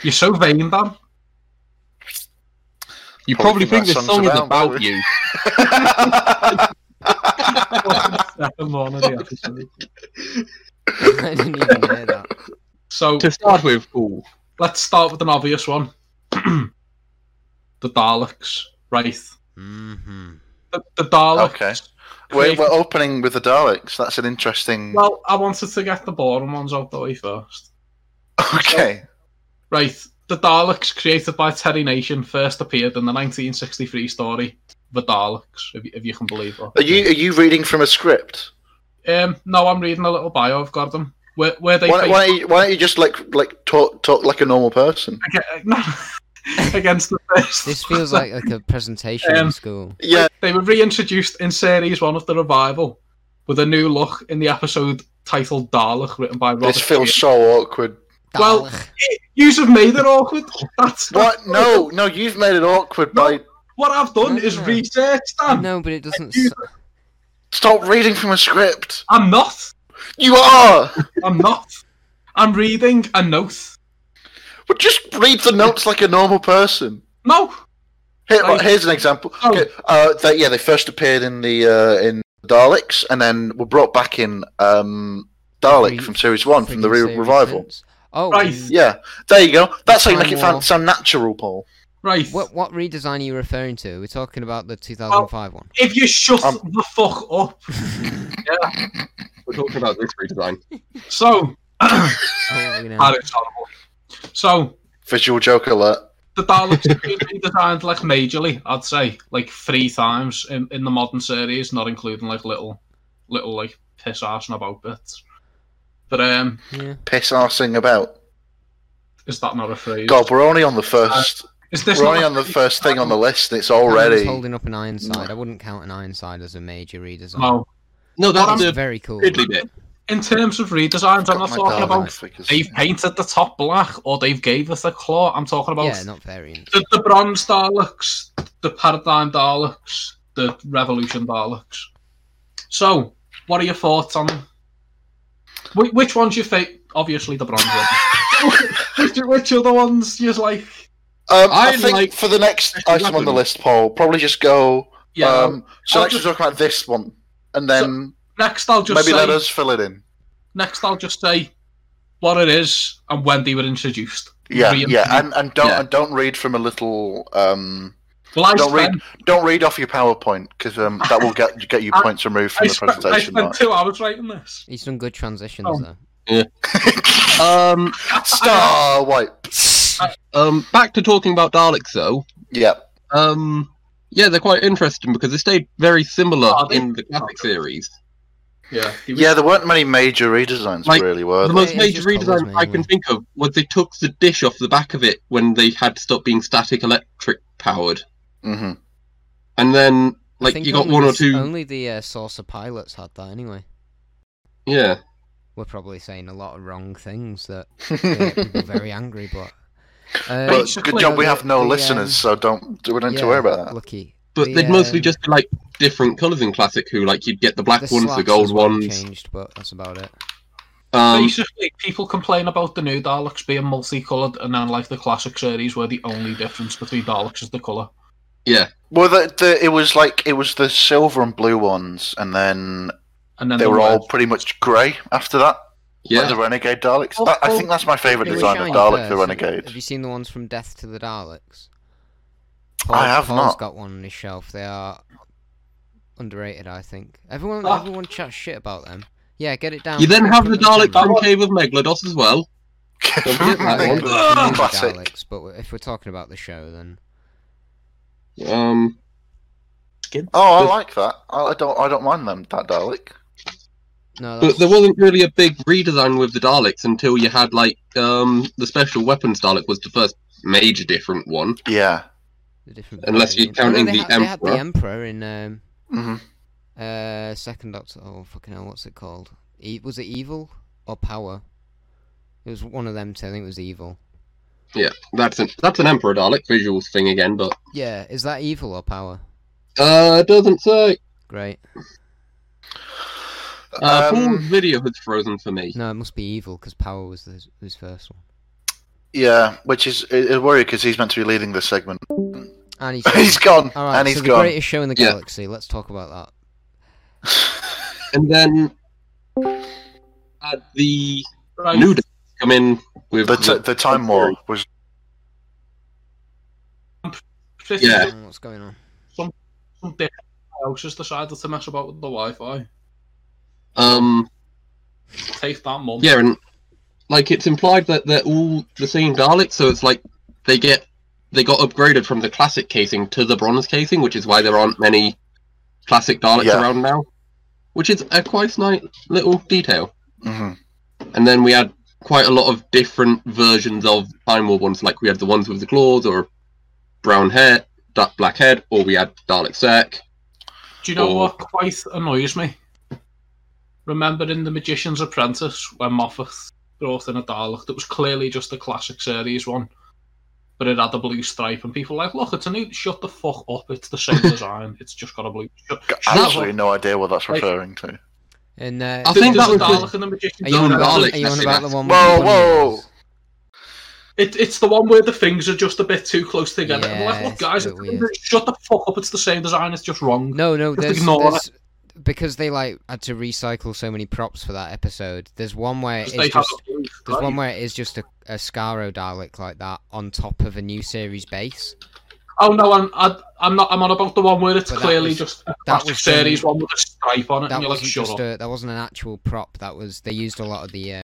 Speaker 1: you're so vain, Dan.
Speaker 3: You probably
Speaker 4: Probably
Speaker 3: think this
Speaker 4: that
Speaker 3: song is
Speaker 4: song's about,
Speaker 3: about
Speaker 4: don't
Speaker 3: you.
Speaker 1: Second one of the episode.
Speaker 2: I didn't even hear that.
Speaker 1: So
Speaker 3: To start with, ooh,
Speaker 1: let's start with an obvious one. the Daleks, right?
Speaker 2: Mm-hmm.
Speaker 1: The, the Daleks.
Speaker 4: Okay. we're,
Speaker 1: created-
Speaker 4: we're opening with the Daleks. That's an interesting.
Speaker 1: Well, I wanted to get the boring ones out the way first.
Speaker 4: okay.
Speaker 1: Right. The Daleks, created by Terry Nation, first appeared in the 1963 story The Daleks, if you, if you can believe that.
Speaker 4: Are you Are you reading from a script?
Speaker 1: Um, no, I'm reading a little bio I've got them. Where, where they
Speaker 4: Why,
Speaker 1: face-
Speaker 4: why, don't you, why don't you just like like talk talk like a normal person?
Speaker 1: Okay, no. against the first.
Speaker 2: This feels like, like a presentation in
Speaker 1: Um,
Speaker 2: school.
Speaker 4: Yeah,
Speaker 1: They were reintroduced in series one of the revival with a new look in the episode titled Dalek, written by Robert.
Speaker 4: this feels so awkward.
Speaker 1: well-
Speaker 2: Dalek.
Speaker 1: You have made it awkward. That's
Speaker 4: What? No, no, you've made it awkward
Speaker 1: No.
Speaker 4: by
Speaker 1: What I've done is
Speaker 2: No.
Speaker 1: research, Dan.
Speaker 2: no, but it doesn't.
Speaker 1: you-
Speaker 2: s-
Speaker 4: stop reading from a script.
Speaker 1: I'm not.
Speaker 4: You are,
Speaker 1: I'm not. I'm reading a note.
Speaker 4: but just read the notes like a normal person.
Speaker 1: No.
Speaker 4: Here,
Speaker 1: Like-
Speaker 4: here's an example.
Speaker 1: Oh.
Speaker 4: Okay, uh, they, yeah, they first appeared in the uh, in Daleks, and then were brought back in um, Dalek
Speaker 2: Re-
Speaker 4: from series one from the
Speaker 2: friggin'
Speaker 4: re-
Speaker 2: series
Speaker 4: revival.
Speaker 2: since. Oh,
Speaker 1: Right.
Speaker 4: Yeah, there you go. That's how you
Speaker 2: Time
Speaker 4: make it
Speaker 2: War.
Speaker 4: fan- sound natural, Paul.
Speaker 1: Right.
Speaker 2: What what redesign are you referring to? We're talking about the 2005 one.
Speaker 1: If you shut
Speaker 4: Um,
Speaker 1: the fuck up.
Speaker 3: We're talking about this redesign.
Speaker 1: So,
Speaker 2: Oh, you know.
Speaker 1: that is horrible. So,
Speaker 4: Visual joke alert.
Speaker 1: the Daleks have been redesigned like majorly, I'd say, like three times in, in the modern series, not including like little, little like piss arse about bits. But um,
Speaker 2: Yeah.
Speaker 4: Piss arsing about.
Speaker 1: is that not a phrase?
Speaker 4: God, we're only on the first.
Speaker 1: is this
Speaker 4: we're
Speaker 1: Uh, not
Speaker 4: only
Speaker 1: a
Speaker 4: on the
Speaker 1: phrase?
Speaker 4: first thing on the list. It's
Speaker 2: Cameron's
Speaker 4: already.
Speaker 2: holding up an Ironside. I wouldn't count an Ironside as a major redesign.
Speaker 1: No.
Speaker 3: No, that's
Speaker 2: That's
Speaker 3: the
Speaker 2: very cool.
Speaker 3: fiddly bit.
Speaker 1: In terms of redesigns, I'm
Speaker 4: Got
Speaker 1: not
Speaker 4: my
Speaker 1: talking
Speaker 4: Dalek
Speaker 1: about
Speaker 4: figures.
Speaker 1: they've painted the top black or they've gave us a claw. I'm talking about
Speaker 2: Yeah, not variant.
Speaker 1: the, the bronze Daleks, the paradigm Daleks, the revolution Daleks. So, what are your thoughts on them? Wh- which one's your favourite? Obviously, the bronze one. which, which other ones just like?
Speaker 4: Um, I,
Speaker 3: I
Speaker 4: think
Speaker 3: like
Speaker 4: for the next
Speaker 3: special
Speaker 4: item on the
Speaker 3: weapons.
Speaker 4: list, Paul, probably just go.
Speaker 1: Yeah.
Speaker 4: um, so
Speaker 1: I'll
Speaker 4: next
Speaker 1: just-
Speaker 4: we're talking about this one, and then
Speaker 1: next, I'll just
Speaker 4: maybe
Speaker 1: say,
Speaker 4: let us fill it in.
Speaker 1: next I'll just say what it is and when they were introduced.
Speaker 4: Yeah,
Speaker 1: Re-
Speaker 4: yeah, and, and don't
Speaker 3: Yeah.
Speaker 4: and don't read from a little. Um,
Speaker 1: Well, I
Speaker 4: don't read
Speaker 1: spent,
Speaker 4: don't read off your PowerPoint because um, that will get get you
Speaker 1: I-
Speaker 4: points removed
Speaker 1: I
Speaker 4: from the
Speaker 1: spent, I
Speaker 4: presentation.
Speaker 1: spent
Speaker 4: Mark.
Speaker 1: two hours writing this.
Speaker 2: He's done good transitions
Speaker 1: Oh.
Speaker 2: though.
Speaker 3: Um,
Speaker 4: Star wipe.
Speaker 3: um, back to talking about Daleks though.
Speaker 4: Yeah,
Speaker 3: Um, yeah, they're quite interesting because they stayed very similar
Speaker 1: Are they?
Speaker 3: in the classic series.
Speaker 1: Yeah. he was-
Speaker 4: yeah. There weren't many major redesigns,
Speaker 3: Like,
Speaker 4: really, were
Speaker 3: the
Speaker 4: there?
Speaker 3: most
Speaker 2: it's
Speaker 3: major
Speaker 2: just colours,
Speaker 3: redesign I can
Speaker 2: mainly.
Speaker 3: think of was they took the dish off the back of it when they had stopped being static electric powered,
Speaker 4: hmm
Speaker 3: and then
Speaker 2: I
Speaker 3: like
Speaker 2: think
Speaker 3: you got
Speaker 2: only
Speaker 3: one
Speaker 2: the
Speaker 3: or
Speaker 2: s-
Speaker 3: two.
Speaker 2: Only the uh, saucer pilots had that anyway.
Speaker 3: Yeah,
Speaker 2: We're probably saying a lot of wrong things that they
Speaker 4: Mm-hmm.
Speaker 2: get people very angry, but. Uh,
Speaker 4: But
Speaker 1: Basically,
Speaker 4: good job we
Speaker 2: the-
Speaker 4: have no
Speaker 1: um,
Speaker 2: the,
Speaker 4: listeners, so don't we don't need to worry about that.
Speaker 2: Lucky.
Speaker 3: but
Speaker 2: The,
Speaker 3: they'd mostly
Speaker 2: um,
Speaker 3: just be like different colours in classic. Who like you'd get the black
Speaker 2: the
Speaker 3: ones, the
Speaker 2: slats
Speaker 3: gold
Speaker 2: as well
Speaker 3: ones.
Speaker 2: Changed, but that's about it.
Speaker 3: Um,
Speaker 1: Basically, people complain about the new Daleks being multicoloured, and then like the classic series, where the only difference between Daleks is the colour.
Speaker 4: Well, the, the, it was like it was the silver and blue ones, and then
Speaker 1: And then
Speaker 4: they
Speaker 1: the
Speaker 4: were all
Speaker 1: red-
Speaker 4: pretty much grey after that.
Speaker 3: yeah,
Speaker 4: Like the Renegade Daleks.
Speaker 1: Oh,
Speaker 4: That- I
Speaker 1: oh,
Speaker 4: think that's my favourite
Speaker 2: They were
Speaker 4: design of
Speaker 2: shiny
Speaker 4: Dalek,
Speaker 2: first.
Speaker 4: the
Speaker 2: Have-
Speaker 4: Renegade.
Speaker 2: Have you seen the ones from Death to the Daleks?
Speaker 4: I have
Speaker 2: Paul's
Speaker 4: not.
Speaker 2: got one on his shelf. They are underrated, I think. Everyone,
Speaker 1: Ah.
Speaker 2: everyone chats shit about them. Yeah, get it down.
Speaker 3: You then have the
Speaker 2: Put
Speaker 3: Dalek
Speaker 2: it down.
Speaker 3: from Cave of Megalodos as well. Don't forget
Speaker 2: Well,
Speaker 3: that
Speaker 2: yeah,
Speaker 3: one.
Speaker 2: the new
Speaker 4: Ah, Classic.
Speaker 2: Daleks, but if we're talking about the show, then
Speaker 3: Um,
Speaker 4: Oh, I like that. I I don't. I don't mind them. That Dalek.
Speaker 2: no.
Speaker 3: but
Speaker 2: That's...
Speaker 3: there wasn't really a big redesign with the Daleks until you had like um, the special weapons Dalek was the first major different one.
Speaker 4: Yeah.
Speaker 2: the different
Speaker 3: Unless you're
Speaker 2: variant. Oh, no,
Speaker 3: counting
Speaker 2: they
Speaker 3: the
Speaker 2: had, They had the
Speaker 3: Emperor.
Speaker 2: Emperor in um,
Speaker 4: hmm
Speaker 2: uh, Second Doctor. Oh fucking hell, what's it called? E- was it Evil or Power? It was one of them two. I think it was Evil.
Speaker 3: Yeah, that's an that's an Emperor Dalek visuals thing again, but
Speaker 2: Yeah, is that Evil or Power?
Speaker 3: uh, it doesn't say.
Speaker 2: Great.
Speaker 3: Uh, Paul's
Speaker 4: Um,
Speaker 3: video has frozen for me.
Speaker 2: No, it must be evil because Power was the, his first one.
Speaker 4: yeah, which is a a worry because he's meant to be leading this segment.
Speaker 2: And he's
Speaker 4: he's gone,
Speaker 2: all right.
Speaker 4: and he's
Speaker 2: so the
Speaker 4: gone.
Speaker 2: greatest show in the
Speaker 3: Yeah.
Speaker 2: galaxy. Let's talk about that.
Speaker 3: And then had the
Speaker 1: Right.
Speaker 3: new Daleks come in with
Speaker 4: The, t- the time war was.
Speaker 1: Pretty
Speaker 3: yeah.
Speaker 1: sure
Speaker 2: Oh, what's going on?
Speaker 1: some dick else has decided to mess about with the Wi-Fi.
Speaker 3: um
Speaker 1: Take that, mum.
Speaker 3: Yeah, and like it's implied that they're all the same Daleks, so it's like they get they got upgraded from the classic casing to the bronze casing, which is why there aren't many classic Daleks
Speaker 4: Yeah.
Speaker 3: around now. Which is a quite nice little detail.
Speaker 4: Mhm.
Speaker 3: And then we had quite a lot of different versions of Time War ones. Like we had the ones with the claws or brown hair, dark black head, or we had Dalek Sec.
Speaker 1: Do you know
Speaker 3: Or-
Speaker 1: what quite annoys me? Remember in The Magician's Apprentice when Moffat brought in a Dalek that was clearly just a classic series one, but it had the blue stripe, and people were like, look, it's a new. Shut the fuck up! It's the same design. It's just got a blue. Shut,
Speaker 4: Got
Speaker 1: shut
Speaker 4: absolutely
Speaker 1: up.
Speaker 4: no idea what that's
Speaker 1: Like-
Speaker 4: referring to.
Speaker 2: And uh,
Speaker 3: I
Speaker 1: There's
Speaker 3: think that
Speaker 1: a
Speaker 3: was
Speaker 1: Dalek
Speaker 3: just-
Speaker 1: in the Magician's
Speaker 2: are you on about,
Speaker 1: Apprentice.
Speaker 3: Dalek
Speaker 2: are you on
Speaker 3: messing
Speaker 2: about the
Speaker 3: us?
Speaker 2: one? with
Speaker 4: Whoa,
Speaker 2: the bunny ears?
Speaker 1: It, it's the one where the things are just a bit too close together. and we're like,
Speaker 2: Yeah,
Speaker 1: look,
Speaker 2: it's
Speaker 1: guys,
Speaker 2: a bit
Speaker 1: it's-
Speaker 2: weird.
Speaker 1: shut the fuck up! It's the same design. It's just wrong.
Speaker 2: No, no,
Speaker 1: Just
Speaker 2: there's,
Speaker 1: ignore
Speaker 2: there's because they like had to recycle so many props for that episode. There's one where
Speaker 1: Just
Speaker 2: it's
Speaker 1: they have
Speaker 2: just
Speaker 1: a blue
Speaker 2: there's
Speaker 1: stripe.
Speaker 2: one where it is just a, a Scaro Dalek like that on top of a new series base.
Speaker 1: Oh no, I'm I, I'm not. I'm on about the one where it's
Speaker 2: But that
Speaker 1: clearly
Speaker 2: was-
Speaker 1: just a
Speaker 2: that
Speaker 1: classic
Speaker 2: was
Speaker 1: series
Speaker 2: the-
Speaker 1: one with a stripe on it,
Speaker 2: That
Speaker 1: and you're like,
Speaker 2: wasn't
Speaker 1: shut
Speaker 2: just
Speaker 1: up.
Speaker 2: a, that wasn't an actual prop. That was they used a lot of the uh,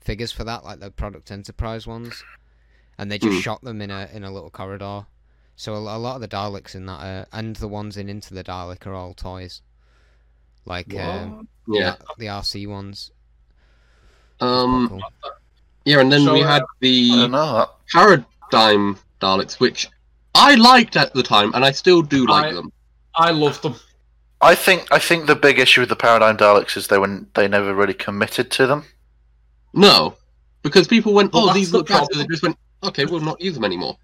Speaker 2: figures for that, like the product enterprise ones, and they just
Speaker 3: Hmm.
Speaker 2: shot them in a in a little corridor. So a, lo- a lot of the Daleks in that uh, and the ones in Into the Dalek are all toys, like um,
Speaker 3: Yeah.
Speaker 2: the, the RC ones.
Speaker 3: Um.
Speaker 2: Cool.
Speaker 3: Yeah, and then
Speaker 1: So,
Speaker 3: we
Speaker 1: uh,
Speaker 3: had
Speaker 4: I don't
Speaker 3: the
Speaker 4: know that.
Speaker 3: paradigm Daleks, which I liked at the time, and I still do like
Speaker 1: I-
Speaker 3: them.
Speaker 1: I love them.
Speaker 4: I think I think the big issue with the Paradigm Daleks is they were they never really committed to them.
Speaker 3: No, because people went,
Speaker 1: Well,
Speaker 3: "Oh,
Speaker 1: that's
Speaker 3: these
Speaker 1: the
Speaker 3: look better." They
Speaker 1: problem.
Speaker 3: just went, "Okay, we'll not use them anymore."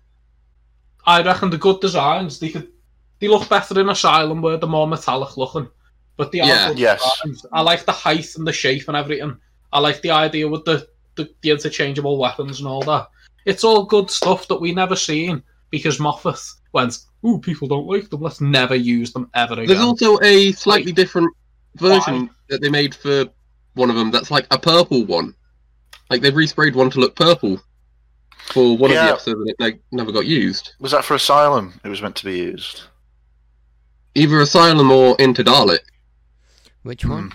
Speaker 1: I reckon the good designs they could they look better in Asylum where they're more metallic looking, but the
Speaker 3: Yeah.
Speaker 4: Yes.
Speaker 1: designs. I like the height and the shape and everything. I like the idea with the, the the interchangeable weapons and all that. It's all good stuff that we never seen because Moffat went, "Ooh, people don't like them. Let's never use them ever again."
Speaker 3: There's also a slightly different version that they made for one of them. That's like a purple one. Like they've resprayed one to look purple for one of
Speaker 4: Yeah.
Speaker 3: the episodes, and it like never got used.
Speaker 4: Was that for Asylum? It was meant to be used.
Speaker 3: Either Asylum or Into Dalek.
Speaker 1: hmm.
Speaker 2: Which one?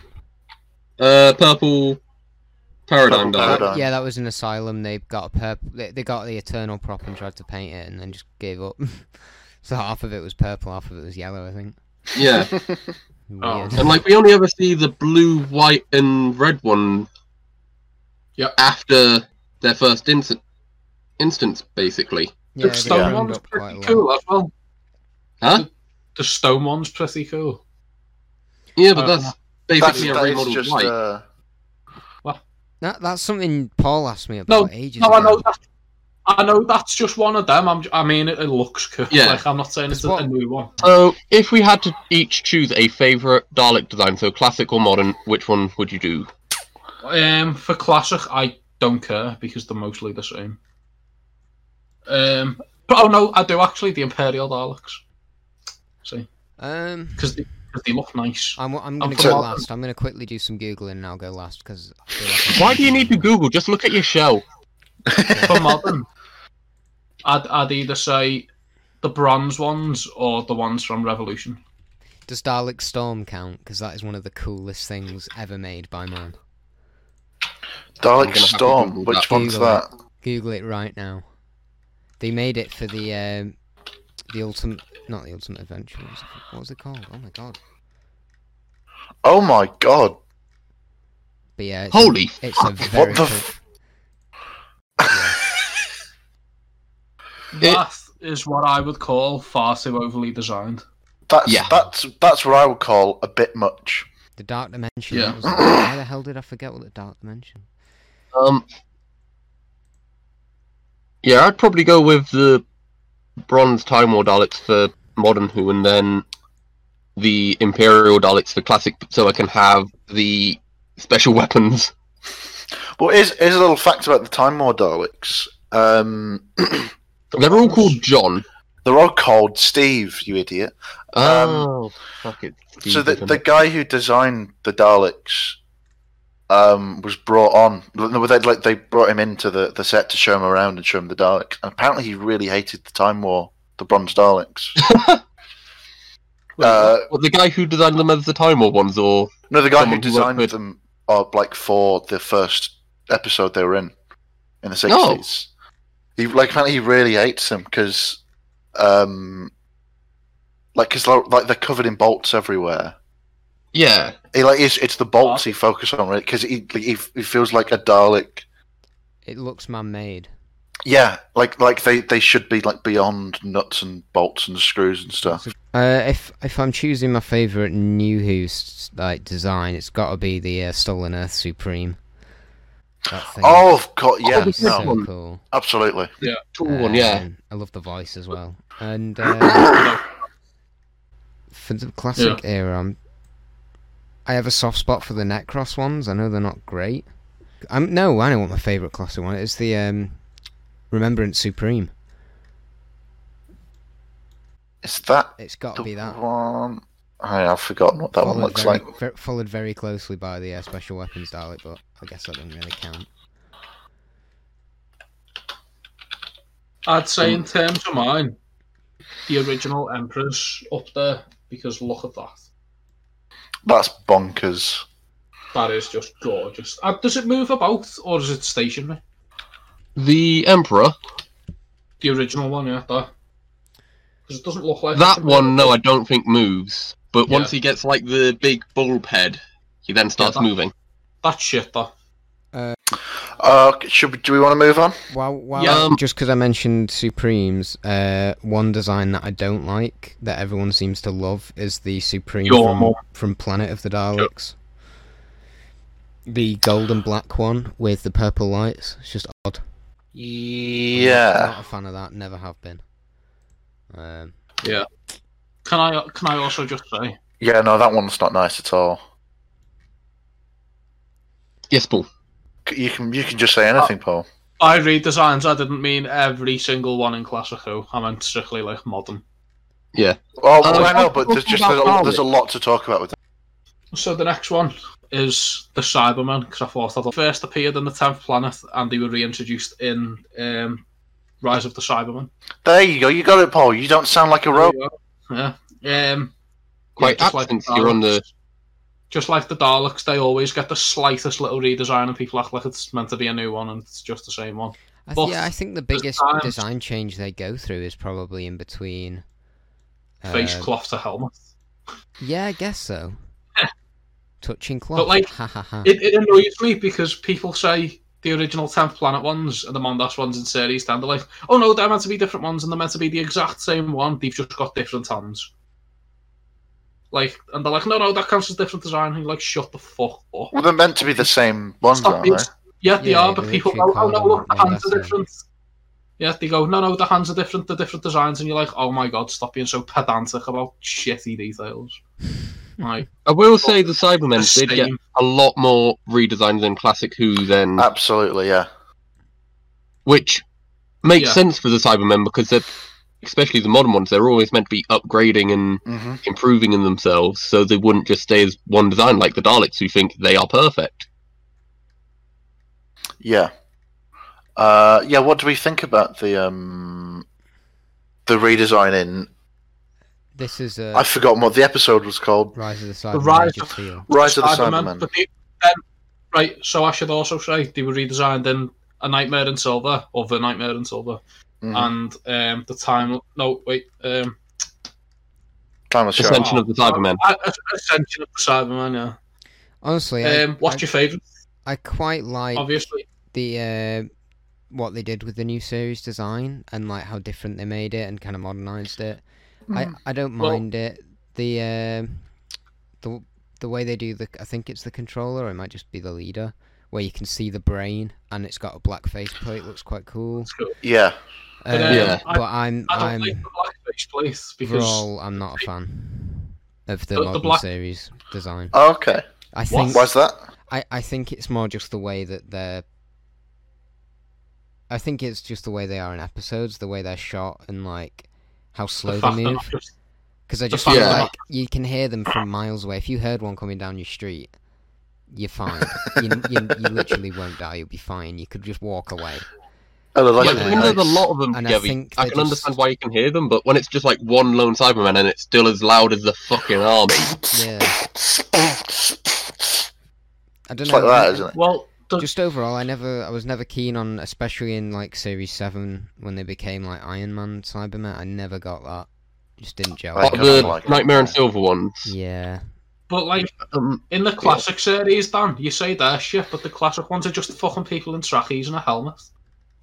Speaker 3: Uh, purple paradigm.
Speaker 4: Purple
Speaker 3: Dalek.
Speaker 4: Paradigm.
Speaker 2: Yeah, that was an asylum. They got a purple. They, they got the eternal prop and tried to paint it, and then just gave up. so half of it was purple, half of it was yellow. I think.
Speaker 3: Yeah,
Speaker 1: Oh.
Speaker 2: Weird.
Speaker 3: and like we only ever see the blue, white, and red one.
Speaker 1: Yep.
Speaker 3: After their first instant instance, basically.
Speaker 2: yeah,
Speaker 1: the
Speaker 2: they
Speaker 1: stone
Speaker 2: trimmed
Speaker 1: one's
Speaker 2: up quite
Speaker 1: pretty
Speaker 2: a lot.
Speaker 1: cool as well.
Speaker 3: Huh?
Speaker 1: The stone one's pretty cool.
Speaker 3: Yeah, but
Speaker 1: Uh,
Speaker 3: that's
Speaker 4: That's,
Speaker 3: basically a
Speaker 4: that is
Speaker 3: remodeled
Speaker 4: just
Speaker 3: white.
Speaker 4: uh,
Speaker 2: That, that's something Paul asked me
Speaker 1: No,
Speaker 2: about ages
Speaker 1: No,
Speaker 2: ago.
Speaker 1: Oh, I know that. I know that's just one of them. I'm, I mean, it, it looks cool.
Speaker 3: Yeah.
Speaker 1: Like I'm not saying it's a, a
Speaker 2: What-
Speaker 1: new one.
Speaker 3: So, if we had to each choose a favorite Dalek design, so classic or modern, which one would you do?
Speaker 1: Um, for classic, I don't care because they're mostly the same. Um, but oh no, I do actually the Imperial Daleks. See,
Speaker 2: Um,
Speaker 1: because they, 'cause they look nice.
Speaker 2: I'm, I'm
Speaker 1: I'm
Speaker 2: gonna
Speaker 1: from
Speaker 2: go
Speaker 1: London.
Speaker 2: last. I'm gonna quickly do some googling and I'll go last because. Like
Speaker 3: Why do you need to Google? Just look at your show.
Speaker 1: For modern, I'd, I'd either say the bronze ones or the ones from Revolution.
Speaker 2: Does Dalek Storm count? Because that is one of the coolest things ever made by man.
Speaker 3: I'm
Speaker 4: Dalek
Speaker 3: gonna have to
Speaker 4: Storm.
Speaker 3: Google
Speaker 4: Which
Speaker 3: that.
Speaker 4: one's
Speaker 2: Google
Speaker 4: that?
Speaker 2: Google it right now. They made it for the um, the ultimate, not the ultimate adventure. What was, it, what was it called? Oh my god!
Speaker 4: Oh my god!
Speaker 2: But yeah, it's,
Speaker 3: Holy!
Speaker 2: it's a very
Speaker 4: what
Speaker 2: cool-
Speaker 4: the? F-
Speaker 3: It-
Speaker 1: That is what I would call far too overly designed.
Speaker 4: that's
Speaker 3: Yeah.
Speaker 4: that's that's what I would call a bit much.
Speaker 2: the dark dimension.
Speaker 1: Yeah.
Speaker 2: that was it. Why the hell did I forget what the dark dimension?
Speaker 3: Um. Yeah, I'd probably go with the bronze Time War Daleks for modern Who, and then the Imperial Daleks for classic, so I can have the special weapons.
Speaker 4: Well, here's, here's a little fact about the Time War Daleks. Um,
Speaker 3: They're all called John.
Speaker 4: they're all called Steve, you idiot.
Speaker 3: Oh, fuck it.
Speaker 4: Um, so the,
Speaker 3: Steve,
Speaker 4: the guy who designed the Daleks um, was brought on. No, they, like they brought him into the, the set to show him around and show him the Daleks. And apparently, he really hated the Time War, the Bronze Daleks. uh,
Speaker 3: Well, the guy who designed them as the Time War ones, or
Speaker 4: no, the guy who
Speaker 3: Someone who worked
Speaker 4: designed
Speaker 3: with-
Speaker 4: them, uh, like for the first episode they were in, in the sixties. He like apparently he really hates them because, um, like because like they're covered in bolts everywhere.
Speaker 3: yeah,
Speaker 4: He like it's, it's the bolts he focuses on because he, he he feels like a Dalek
Speaker 2: It looks man-made.
Speaker 4: Yeah, like like they, they should be like beyond nuts and bolts and screws and stuff.
Speaker 2: Uh, if if I'm choosing my favorite New Who's like design, it's got to be the uh, Stolen Earth Supreme. That thing
Speaker 4: Oh, of course, yeah,
Speaker 2: is so
Speaker 4: no,
Speaker 3: one.
Speaker 2: cool.
Speaker 4: absolutely.
Speaker 3: Tool one,
Speaker 4: Uh,
Speaker 3: yeah.
Speaker 2: Um, I love the voice as well. And uh, for the classic era, I'm, I have a soft spot for the Netcross ones. I know they're not great. Um, no, I know what my favourite classic one is. The um, Remembrance Supreme.
Speaker 4: Is that
Speaker 2: It's got to
Speaker 4: the
Speaker 2: be that.
Speaker 4: one? I, I've forgotten what that one looks
Speaker 2: very,
Speaker 4: like.
Speaker 2: ver- followed very closely by the uh, special weapons Dalek, but I guess that doesn't really count.
Speaker 1: I'd say in terms of mine, the original Emperor's up there because look at that.
Speaker 4: That's bonkers.
Speaker 1: That is just gorgeous. Uh, does it move about or is it stationary?
Speaker 3: The Emperor.
Speaker 1: The original one, yeah, that. Because it doesn't look like
Speaker 3: That
Speaker 1: it.
Speaker 3: one, no, I don't think moves. But
Speaker 1: Yeah.
Speaker 3: once he gets like the big bulb head, he then starts
Speaker 1: that-
Speaker 3: moving.
Speaker 1: That shit, that.
Speaker 4: Uh, should we, do we want to move on?
Speaker 2: While, while
Speaker 3: Yeah,
Speaker 2: I-
Speaker 3: um,
Speaker 2: just because I mentioned Supremes, uh, one design that I don't like that everyone seems to love is the Supreme
Speaker 1: Your
Speaker 2: from,
Speaker 1: mum.
Speaker 2: from Planet of the Daleks. The gold and black one with the purple lights. It's just odd. I'm not-
Speaker 4: Yeah.
Speaker 2: not a fan of that. Never have been. Um,
Speaker 1: Can I can I also just say
Speaker 4: Yeah, no, that one's not nice at all.
Speaker 3: Yes, Paul.
Speaker 4: C- You can you can just say anything,
Speaker 3: Uh,
Speaker 4: Paul.
Speaker 1: by redesigns I didn't mean every single one in Classic Who. I meant strictly like modern.
Speaker 4: Oh,
Speaker 3: Uh,
Speaker 4: I know,
Speaker 3: we're
Speaker 4: but there's
Speaker 3: talking
Speaker 4: just
Speaker 3: about
Speaker 4: there's a, there's
Speaker 3: Daleks.
Speaker 4: a lot to talk about with that.
Speaker 1: So the next one is the Cyberman because I thought that first appeared in the Tenth Planet and they were reintroduced in um, Rise of the Cyberman.
Speaker 4: There you go, you got it, Paul. You don't sound like a robot.
Speaker 1: Yeah. Um,
Speaker 3: Quite
Speaker 1: just
Speaker 3: absent,
Speaker 1: the
Speaker 3: you're
Speaker 1: Daleks.
Speaker 3: on the-
Speaker 1: Just like the Daleks, they always get the slightest little redesign, and people act like it's meant to be a new one, and it's just the same one.
Speaker 2: I th-
Speaker 1: But
Speaker 2: yeah, I think the
Speaker 1: there's
Speaker 2: biggest
Speaker 1: times-
Speaker 2: design change they go through is probably in between.
Speaker 1: Face
Speaker 2: uh,
Speaker 1: cloth to helmet.
Speaker 2: Yeah, I guess so. Touching cloth.
Speaker 1: like,
Speaker 2: ha ha ha.
Speaker 1: It, it annoys me because people say the original Tenth Planet ones and the Mondas ones in series stand. They're like, oh no, they're meant to be different ones, and they're meant to be the exact same one. They've just got different hands. Like, and they're like, no, no, that counts as different design. And you're like, shut the fuck up.
Speaker 4: Well, they're meant to be the same ones,
Speaker 1: Stop
Speaker 4: aren't
Speaker 1: being-
Speaker 4: they?
Speaker 1: Yeah, they
Speaker 2: Yeah,
Speaker 1: are, but
Speaker 2: they
Speaker 1: people
Speaker 2: literally
Speaker 1: go, oh no,
Speaker 2: call
Speaker 1: look, the
Speaker 2: them that,
Speaker 1: hands
Speaker 2: that's
Speaker 1: are
Speaker 2: it.
Speaker 1: different. Yeah, they go, no, no, the hands are different, they're different designs, and you're like, oh my god, stop being so pedantic about shitty details. Like,
Speaker 3: I will say the Cybermen
Speaker 1: the
Speaker 3: did get
Speaker 1: same-
Speaker 3: a lot more redesign than Classic Who then,
Speaker 4: Uh, Absolutely, yeah.
Speaker 3: which makes
Speaker 1: Yeah.
Speaker 3: sense for the Cybermen because they're, especially the modern ones, they're always meant to be upgrading and
Speaker 4: hmm
Speaker 3: improving in themselves, so they wouldn't just stay as one design like the Daleks who think they are perfect.
Speaker 4: Yeah. Uh, yeah. What do we think about the um, the redesign in?
Speaker 2: This is uh,
Speaker 4: I've forgotten what the episode was called.
Speaker 2: Rise of the Cybermen.
Speaker 1: The Rise
Speaker 2: Age of
Speaker 1: of-
Speaker 2: Steel.
Speaker 4: Rise of the
Speaker 1: Spider-Man,
Speaker 4: Cybermen.
Speaker 1: but they- um, right, so I should also say they were redesigned in A Nightmare in Silver, or The Nightmare in Silver,
Speaker 4: Mhm.
Speaker 1: and um, the time. No, wait, um,
Speaker 4: Timeless Show.
Speaker 3: Ascension of the Cybermen.
Speaker 1: I, I, Ascension of the Cyberman.
Speaker 2: Honestly,
Speaker 1: Yeah. Um,
Speaker 2: I,
Speaker 1: what's
Speaker 2: I,
Speaker 1: your favourite?
Speaker 2: I quite like
Speaker 1: Obviously,
Speaker 2: the uh, what they did with the new series design and like how different they made it and kind of modernized it. I, I don't
Speaker 1: Well-
Speaker 2: mind it. The um the the way they do the I think it's the controller. Or it might just be the leader where you can see the brain and it's got a black face plate. Looks quite cool.
Speaker 1: it's cool.
Speaker 4: Yeah.
Speaker 2: Uh,
Speaker 1: um,
Speaker 3: Yeah.
Speaker 1: I-
Speaker 2: but I'm
Speaker 1: I don't
Speaker 2: I'm
Speaker 1: like the blackface place because.
Speaker 2: overall I'm not a fan of the,
Speaker 1: The- the
Speaker 2: modern
Speaker 1: black-
Speaker 2: series design.
Speaker 4: Oh, Okay.
Speaker 2: I think
Speaker 4: Why's that?
Speaker 2: I, I think it's more just the way that they're. I think it's just the way they are in episodes, the way they're shot, and like how
Speaker 1: the
Speaker 2: slow
Speaker 1: fact
Speaker 2: they
Speaker 1: that I'm
Speaker 2: move.
Speaker 1: just-
Speaker 2: Because I
Speaker 1: the
Speaker 2: just
Speaker 1: fact
Speaker 2: feel
Speaker 3: that-
Speaker 2: like you can hear them from miles away. If you heard one coming down your street, you're fine. you, you, you literally won't die. You'll be fine. You could just walk away.
Speaker 4: Oh, they're like
Speaker 3: Like,
Speaker 2: Yeah.
Speaker 3: when there's a lot of them
Speaker 2: And I
Speaker 3: together,
Speaker 2: think
Speaker 3: I,
Speaker 2: they
Speaker 3: can
Speaker 2: just-
Speaker 3: understand why you can hear them, but when it's just like one lone Cyberman and it's still as loud as the fucking army,
Speaker 2: Yeah,
Speaker 4: It's
Speaker 2: I don't know.
Speaker 4: like that, isn't it?
Speaker 1: Well, the,
Speaker 2: Just overall, I never, I was never keen on, especially in like Series Seven when they became like Iron Man, Cyberman. I never got that. Just didn't gel.
Speaker 4: I
Speaker 3: like
Speaker 2: with
Speaker 4: kinda
Speaker 2: me.
Speaker 3: the
Speaker 4: like it.
Speaker 3: Nightmare and Silver ones.
Speaker 2: Yeah.
Speaker 1: But like
Speaker 3: Um,
Speaker 1: in the classic series, Dan, you say their shit, but the classic ones are just fucking people in trackies and a helmet.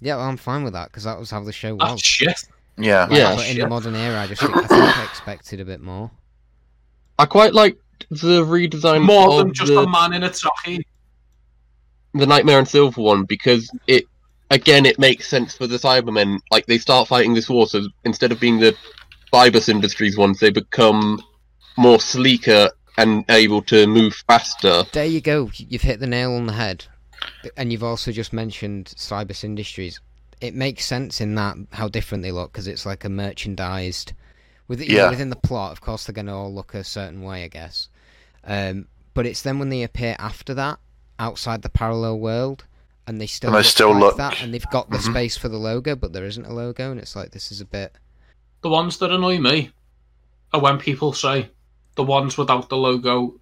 Speaker 2: Yeah, well, I'm fine with that because that was how the show was.
Speaker 1: That's shit.
Speaker 4: Yeah.
Speaker 2: Like,
Speaker 3: Yeah.
Speaker 2: but in the
Speaker 1: Shit.
Speaker 2: modern era, I just think, I, think I expected a bit more.
Speaker 3: I quite liked the redesign
Speaker 1: More
Speaker 3: of
Speaker 1: than just
Speaker 3: the,
Speaker 1: a man in a trackie.
Speaker 3: the Nightmare and Silver one because it again it makes sense for the Cybermen. Like they start fighting this war, so instead of being the Bybus Industries ones, they become more sleeker and able to move faster.
Speaker 2: There you go. You've hit the nail on the head. And you've also just mentioned Cybus Industries. It makes sense in that how different they look because it's like a merchandised. With, you know,
Speaker 4: Yeah.
Speaker 2: within the plot, of course, they're going to all look a certain way, I guess. Um, but it's then when they appear after that, outside the parallel world, and they still
Speaker 4: And they
Speaker 2: look
Speaker 4: still
Speaker 2: like
Speaker 4: look-
Speaker 2: that, and they've got the
Speaker 4: Mhm.
Speaker 2: space for the logo, but there isn't a logo, and it's like this is a bit.
Speaker 1: The ones that annoy me are when people say the ones without the logo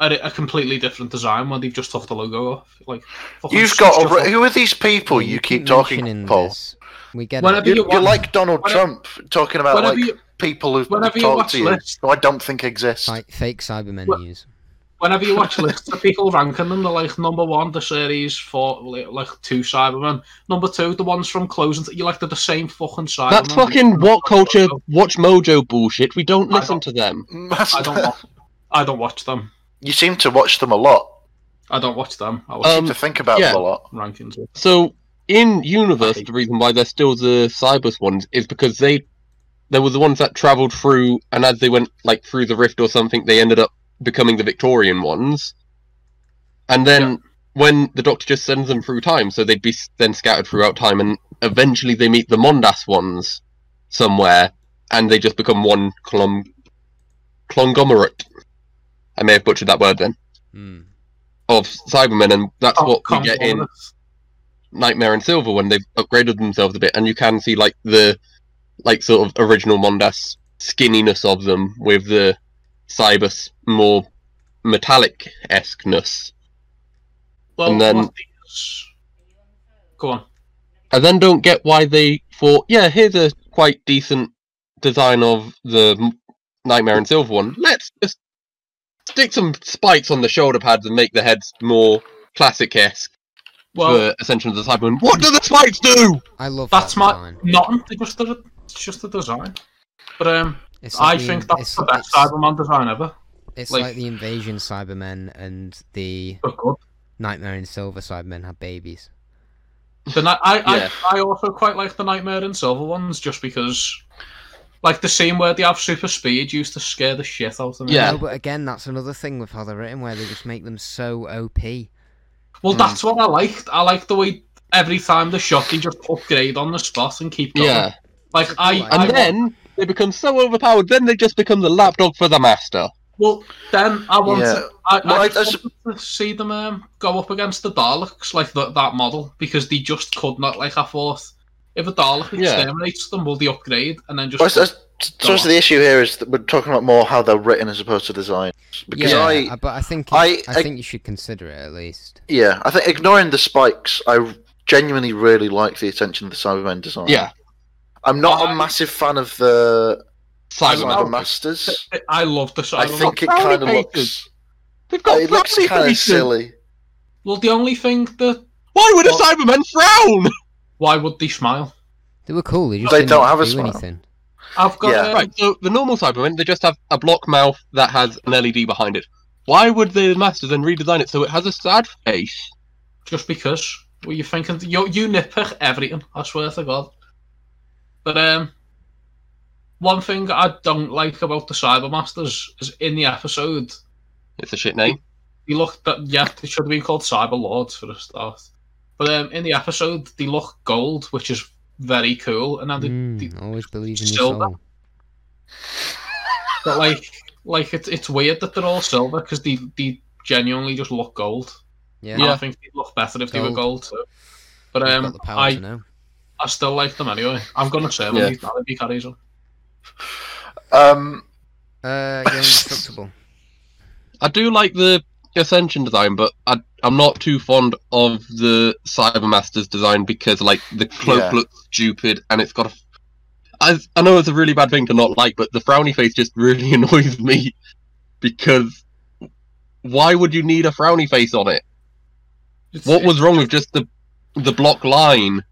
Speaker 1: are a completely different design when they've just took the logo off. Like fucking
Speaker 4: You've got.
Speaker 1: switch
Speaker 4: alre-
Speaker 1: your
Speaker 4: who are these people you, keep talking,
Speaker 2: mentioning
Speaker 4: Paul?
Speaker 2: this. We get
Speaker 1: Whenever
Speaker 2: it.
Speaker 4: You're,
Speaker 1: You
Speaker 4: you're
Speaker 1: want-
Speaker 4: like Donald
Speaker 1: whenever-
Speaker 4: Trump talking about
Speaker 1: whenever
Speaker 4: like
Speaker 1: you-
Speaker 4: people who've
Speaker 1: whenever you
Speaker 4: talked
Speaker 1: watch
Speaker 4: to you,
Speaker 1: lists-
Speaker 4: who I don't think exist.
Speaker 2: Like fake Cybermen
Speaker 1: Well-
Speaker 2: news.
Speaker 1: whenever you watch lists of people ranking them, they're like number one, the series for like, like two Cybermen, number two, the ones from closing. You like they're the same fucking Cybermen.
Speaker 3: That's fucking what culture, watch mojo bullshit. We don't
Speaker 1: I
Speaker 3: listen
Speaker 1: don't-
Speaker 3: to them.
Speaker 1: I don't. Watch, I don't watch them.
Speaker 4: you seem to watch them a lot.
Speaker 1: I don't watch them. I watch
Speaker 3: Um,
Speaker 4: to think about
Speaker 3: yeah.
Speaker 4: them a lot.
Speaker 1: rankings.
Speaker 3: So in universe,
Speaker 1: Right.
Speaker 3: the reason why they're still the Cybus ones is because they they were the ones that travelled through, and as they went like through the rift or something, they ended up becoming the Victorian ones. And then
Speaker 1: Yeah.
Speaker 3: when the Doctor just sends them through time, so they'd be s- then scattered throughout time, and eventually they meet the Mondas ones somewhere, and they just become one clon- conglomerate. I may have butchered that word then
Speaker 2: Mm.
Speaker 3: of Cybermen, and that's
Speaker 1: Oh,
Speaker 3: what we get in.
Speaker 1: conglomerates.
Speaker 3: Nightmare and Silver when they've upgraded themselves a bit, and you can see like the like sort of original Mondas skinniness of them with the Cybus more metallic esqueness.
Speaker 1: Well,
Speaker 3: and then-
Speaker 1: what is- Go on.
Speaker 3: I then don't get why they thought, yeah, here's a quite decent design of the M- Nightmare and Silver one. Let's just stick some spikes on the shoulder pads and make the heads more classic esque
Speaker 1: Well,
Speaker 3: for Ascension of the Cybermen. What do the spikes do?
Speaker 2: I love
Speaker 1: that's
Speaker 2: that
Speaker 1: my
Speaker 2: design.
Speaker 1: nothing. It's just the it's just the design. But um,
Speaker 2: It's
Speaker 1: I
Speaker 2: like the
Speaker 1: think
Speaker 2: in-
Speaker 1: that's
Speaker 2: it's-
Speaker 1: the best
Speaker 2: it's-
Speaker 1: Cyberman design ever.
Speaker 2: It's
Speaker 1: Like-
Speaker 2: like, the invasion Cybermen and the
Speaker 1: But good.
Speaker 2: Nightmare and Silver Cybermen had babies.
Speaker 1: The ni- I,
Speaker 3: Yeah.
Speaker 1: I, I also quite like the Nightmare and Silver ones just because, like the scene where they have super speed used to scare the shit out of me.
Speaker 3: Yeah.
Speaker 2: No, but again, that's another thing with how they're written, where they just make them so OP.
Speaker 1: Well,
Speaker 4: Mm.
Speaker 1: that's what I liked. I like the way every time the shot they just upgrade on the spot and keep going.
Speaker 3: Yeah.
Speaker 1: Like I,
Speaker 2: And
Speaker 1: I
Speaker 3: and then they become so overpowered. Then they just become the lapdog for the master.
Speaker 1: well then I want
Speaker 4: Yeah.
Speaker 1: to, I,
Speaker 4: Well,
Speaker 1: I
Speaker 4: I-
Speaker 1: just
Speaker 4: that's-
Speaker 1: wanted to see them um, go up against the Daleks like that that model because they just could not. Like I thought, if a Dalek
Speaker 3: Yeah.
Speaker 1: exterminates them, will they upgrade and then just
Speaker 4: Well, that's, that's,
Speaker 1: Go
Speaker 4: so that's
Speaker 1: on.
Speaker 4: the issue here is that we're talking about more how they're written as opposed to design. Because
Speaker 2: yeah,
Speaker 4: I,
Speaker 2: uh, but I think it-
Speaker 4: I-
Speaker 2: I
Speaker 4: I-
Speaker 2: think you should consider it at least.
Speaker 4: yeah, I think ignoring the spikes, I genuinely really like the attention of the Cybermen design.
Speaker 3: Yeah.
Speaker 4: I'm not
Speaker 1: I-
Speaker 4: a massive fan of the
Speaker 1: Cyber
Speaker 4: Cyber
Speaker 3: Cybermen.
Speaker 4: Masters.
Speaker 1: I love the
Speaker 4: I
Speaker 1: Cyberman.
Speaker 4: think it
Speaker 3: Frowny
Speaker 4: kind of
Speaker 3: faces.
Speaker 4: looks.
Speaker 3: They've got
Speaker 4: It looks
Speaker 3: frowny
Speaker 4: kind of
Speaker 3: faces.
Speaker 4: silly.
Speaker 1: Well, the only thing that
Speaker 3: Why would a
Speaker 1: Well-
Speaker 3: Cyberman frown?
Speaker 1: why would they smile?
Speaker 2: They were cool. They just
Speaker 4: They
Speaker 2: didn't
Speaker 4: don't have a
Speaker 2: do
Speaker 4: smile.
Speaker 2: anything.
Speaker 1: I've got
Speaker 4: Yeah.
Speaker 1: um,
Speaker 3: Right. So the normal Cybermen, they just have a block mouth that has an LED behind it. Why would the master then redesign it so it has a sad face?
Speaker 1: just because. Well, you're thinking you you nitpick everything. I swear to God. But um, one thing I don't like about the Cybermasters is in the episode
Speaker 3: It's a shit name.
Speaker 1: they look that yeah they should have been called Cyber Lords for a start. But um, in the episode they look gold, which is very cool, and then they, they
Speaker 2: Mm, always believe in your
Speaker 1: silver.
Speaker 2: soul.
Speaker 1: But like, like it's it's weird that they're all silver because they they genuinely just look gold.
Speaker 2: Yeah,
Speaker 1: And I
Speaker 3: Yeah.
Speaker 1: think they'd look better if they were
Speaker 2: Gold.
Speaker 1: gold. So. But
Speaker 2: you've
Speaker 1: um,
Speaker 2: got the power to
Speaker 1: I,
Speaker 2: know.
Speaker 1: I still like them anyway. I'm gonna say them
Speaker 3: Yeah.
Speaker 1: yeah. if he carries on.
Speaker 4: Um,
Speaker 2: Uh, you're indestructible.
Speaker 3: I do like the Ascension design, but I, I'm not too fond of the Cybermaster's design because, like, the cloak
Speaker 4: Yeah.
Speaker 3: looks stupid and it's got a. I, I know it's a really bad thing to not like, but the frowny face just really annoys me because why would you need a frowny face on it? What was wrong with just the the block line?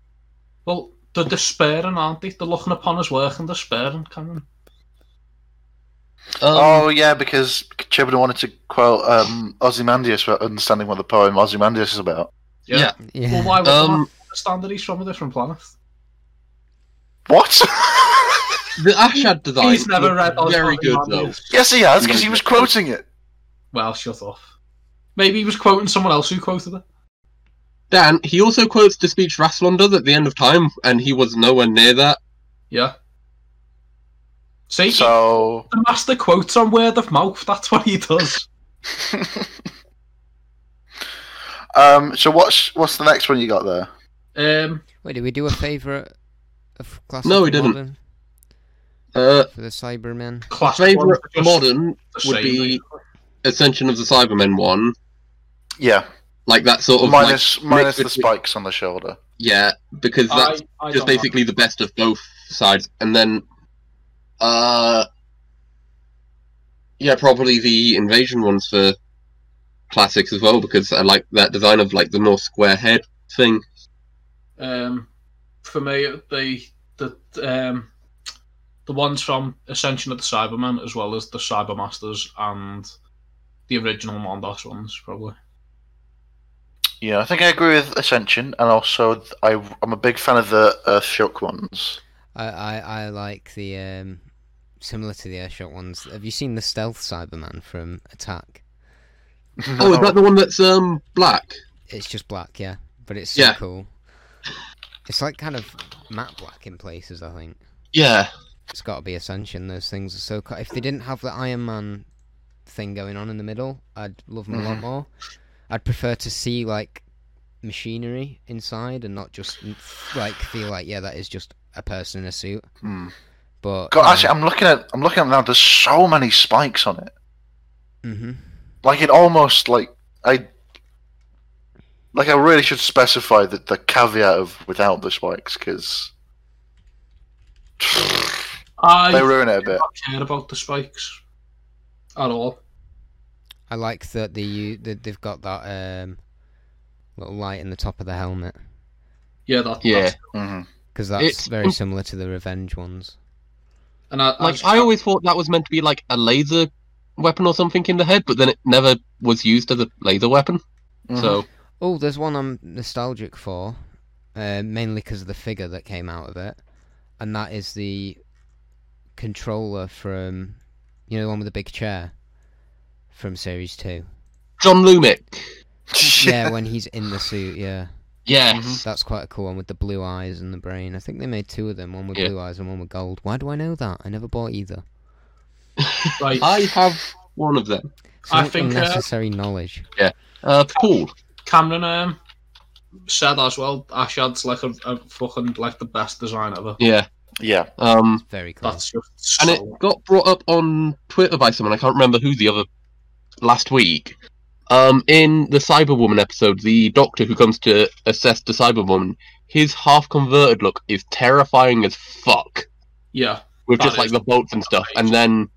Speaker 1: Well, they're despairing, aren't they? They're looking upon his work and despairing, Cameron.
Speaker 3: Um,
Speaker 4: oh yeah, because Chibnall wanted to quote um, Ozymandias for understanding what the poem Ozymandias is about.
Speaker 3: yeah.
Speaker 2: Yeah.
Speaker 1: Well, why would
Speaker 3: Um,
Speaker 1: um, understand that he's from a different planet?
Speaker 4: What?
Speaker 3: The Ashad design.
Speaker 1: He's never read.
Speaker 3: looked Very good though.
Speaker 1: Ozymandias.
Speaker 4: yes, he has, because he was quoting it.
Speaker 1: Well, shut up. Maybe he was quoting someone else who quoted it.
Speaker 3: Dan, he also quotes the speech Rassilon does at the end of time, and he was nowhere near that.
Speaker 1: Yeah. See,
Speaker 4: So
Speaker 1: the master quotes on word of mouth. That's what he does.
Speaker 4: Um, so what's what's the next one you got there?
Speaker 1: Um,
Speaker 2: Wait, did we do a favourite of classic?
Speaker 3: No, we
Speaker 2: and
Speaker 3: didn't.
Speaker 2: modern
Speaker 3: Uh,
Speaker 2: For the Cybermen.
Speaker 1: class
Speaker 3: favorite
Speaker 1: ones are just
Speaker 3: modern
Speaker 1: the
Speaker 3: would
Speaker 1: same,
Speaker 3: be
Speaker 1: basically.
Speaker 3: Ascension of the Cybermen one,
Speaker 4: Yeah,
Speaker 3: like that sort of like,
Speaker 4: minus minus the
Speaker 3: liquid-
Speaker 4: spikes on the shoulder.
Speaker 3: yeah, because that's
Speaker 1: I, I
Speaker 3: just
Speaker 1: don't know.
Speaker 3: basically the best of both sides, and then, uh, yeah, probably the invasion ones for classics as well because I like that design of like the North Square head thing.
Speaker 1: Um, for me, the the um, the ones from Ascension of the Cybermen, as well as the Cybermasters and the original Mondas ones, probably.
Speaker 4: Yeah, I think I agree with Ascension, and also th- I I'm a big fan of the Earth Shook ones.
Speaker 2: I, I, I like the um, similar to the airshot ones. Have you seen the stealth Cyberman from Attack?
Speaker 3: Oh, is that the one that's um black?
Speaker 2: It's just black, yeah, but it's so
Speaker 3: Yeah.
Speaker 2: cool. It's like kind of matte black in places. I think
Speaker 3: Yeah.
Speaker 2: it's got to be Ascension. Those things are so cool. If they didn't have the Iron Man thing going on in the middle, I'd love them a lot
Speaker 4: Mhm.
Speaker 2: more. I'd prefer to see like machinery inside and not just like feel like yeah, that is just a person in a suit.
Speaker 4: Hmm.
Speaker 2: But um,
Speaker 4: God, actually, I'm looking at I'm looking at it now. There's so many spikes on it.
Speaker 2: hmm
Speaker 4: Like it almost like I like I really should specify that the caveat of without the spikes because
Speaker 1: I
Speaker 4: they ruin it a bit.
Speaker 1: don't care about the spikes at all.
Speaker 2: I like that they u- that they've got that um, little light in the top of the helmet
Speaker 1: Yeah, that,
Speaker 3: Yeah.
Speaker 1: that's-
Speaker 4: hmm
Speaker 2: because that's
Speaker 3: It's-
Speaker 2: very similar to the Revenge ones.
Speaker 1: and I,
Speaker 3: Like
Speaker 1: I,
Speaker 3: I always thought that was meant to be like a laser weapon or something in the head, but then it never was used as a laser weapon.
Speaker 1: Mm-hmm.
Speaker 3: So
Speaker 2: Oh, there's one I'm nostalgic for, uh, mainly because of the figure that came out of it, and that is the controller from, you know, the one with the big chair from series two.
Speaker 3: John Lumick.
Speaker 4: Mm-hmm.
Speaker 2: yeah, when he's in the suit, yeah,
Speaker 3: Yes.
Speaker 2: that's quite a cool one with the blue eyes and the brain. I think they made two of them, one with
Speaker 3: Yeah.
Speaker 2: blue eyes and one with gold. Why do I know that? I never bought either.
Speaker 1: right,
Speaker 3: Mm-hmm. I have one of them.
Speaker 2: So
Speaker 1: I
Speaker 2: much
Speaker 1: think, uh,
Speaker 2: unnecessary knowledge.
Speaker 3: Uh, Paul.
Speaker 1: Cameron um, said as well. Ashad's like a, a fucking like the best design ever.
Speaker 3: Yeah.
Speaker 4: yeah,
Speaker 3: Um,
Speaker 2: Very cool.
Speaker 1: That's just so,
Speaker 3: and it got brought up on Twitter by someone. I can't remember who the other last week. Um, in the Cyberwoman episode, the doctor who comes to assess the Cyberwoman, his half converted look is terrifying as fuck.
Speaker 1: yeah.
Speaker 3: with
Speaker 1: That
Speaker 3: just like
Speaker 1: is
Speaker 3: the bolts and stuff. And
Speaker 1: outrageous.
Speaker 3: then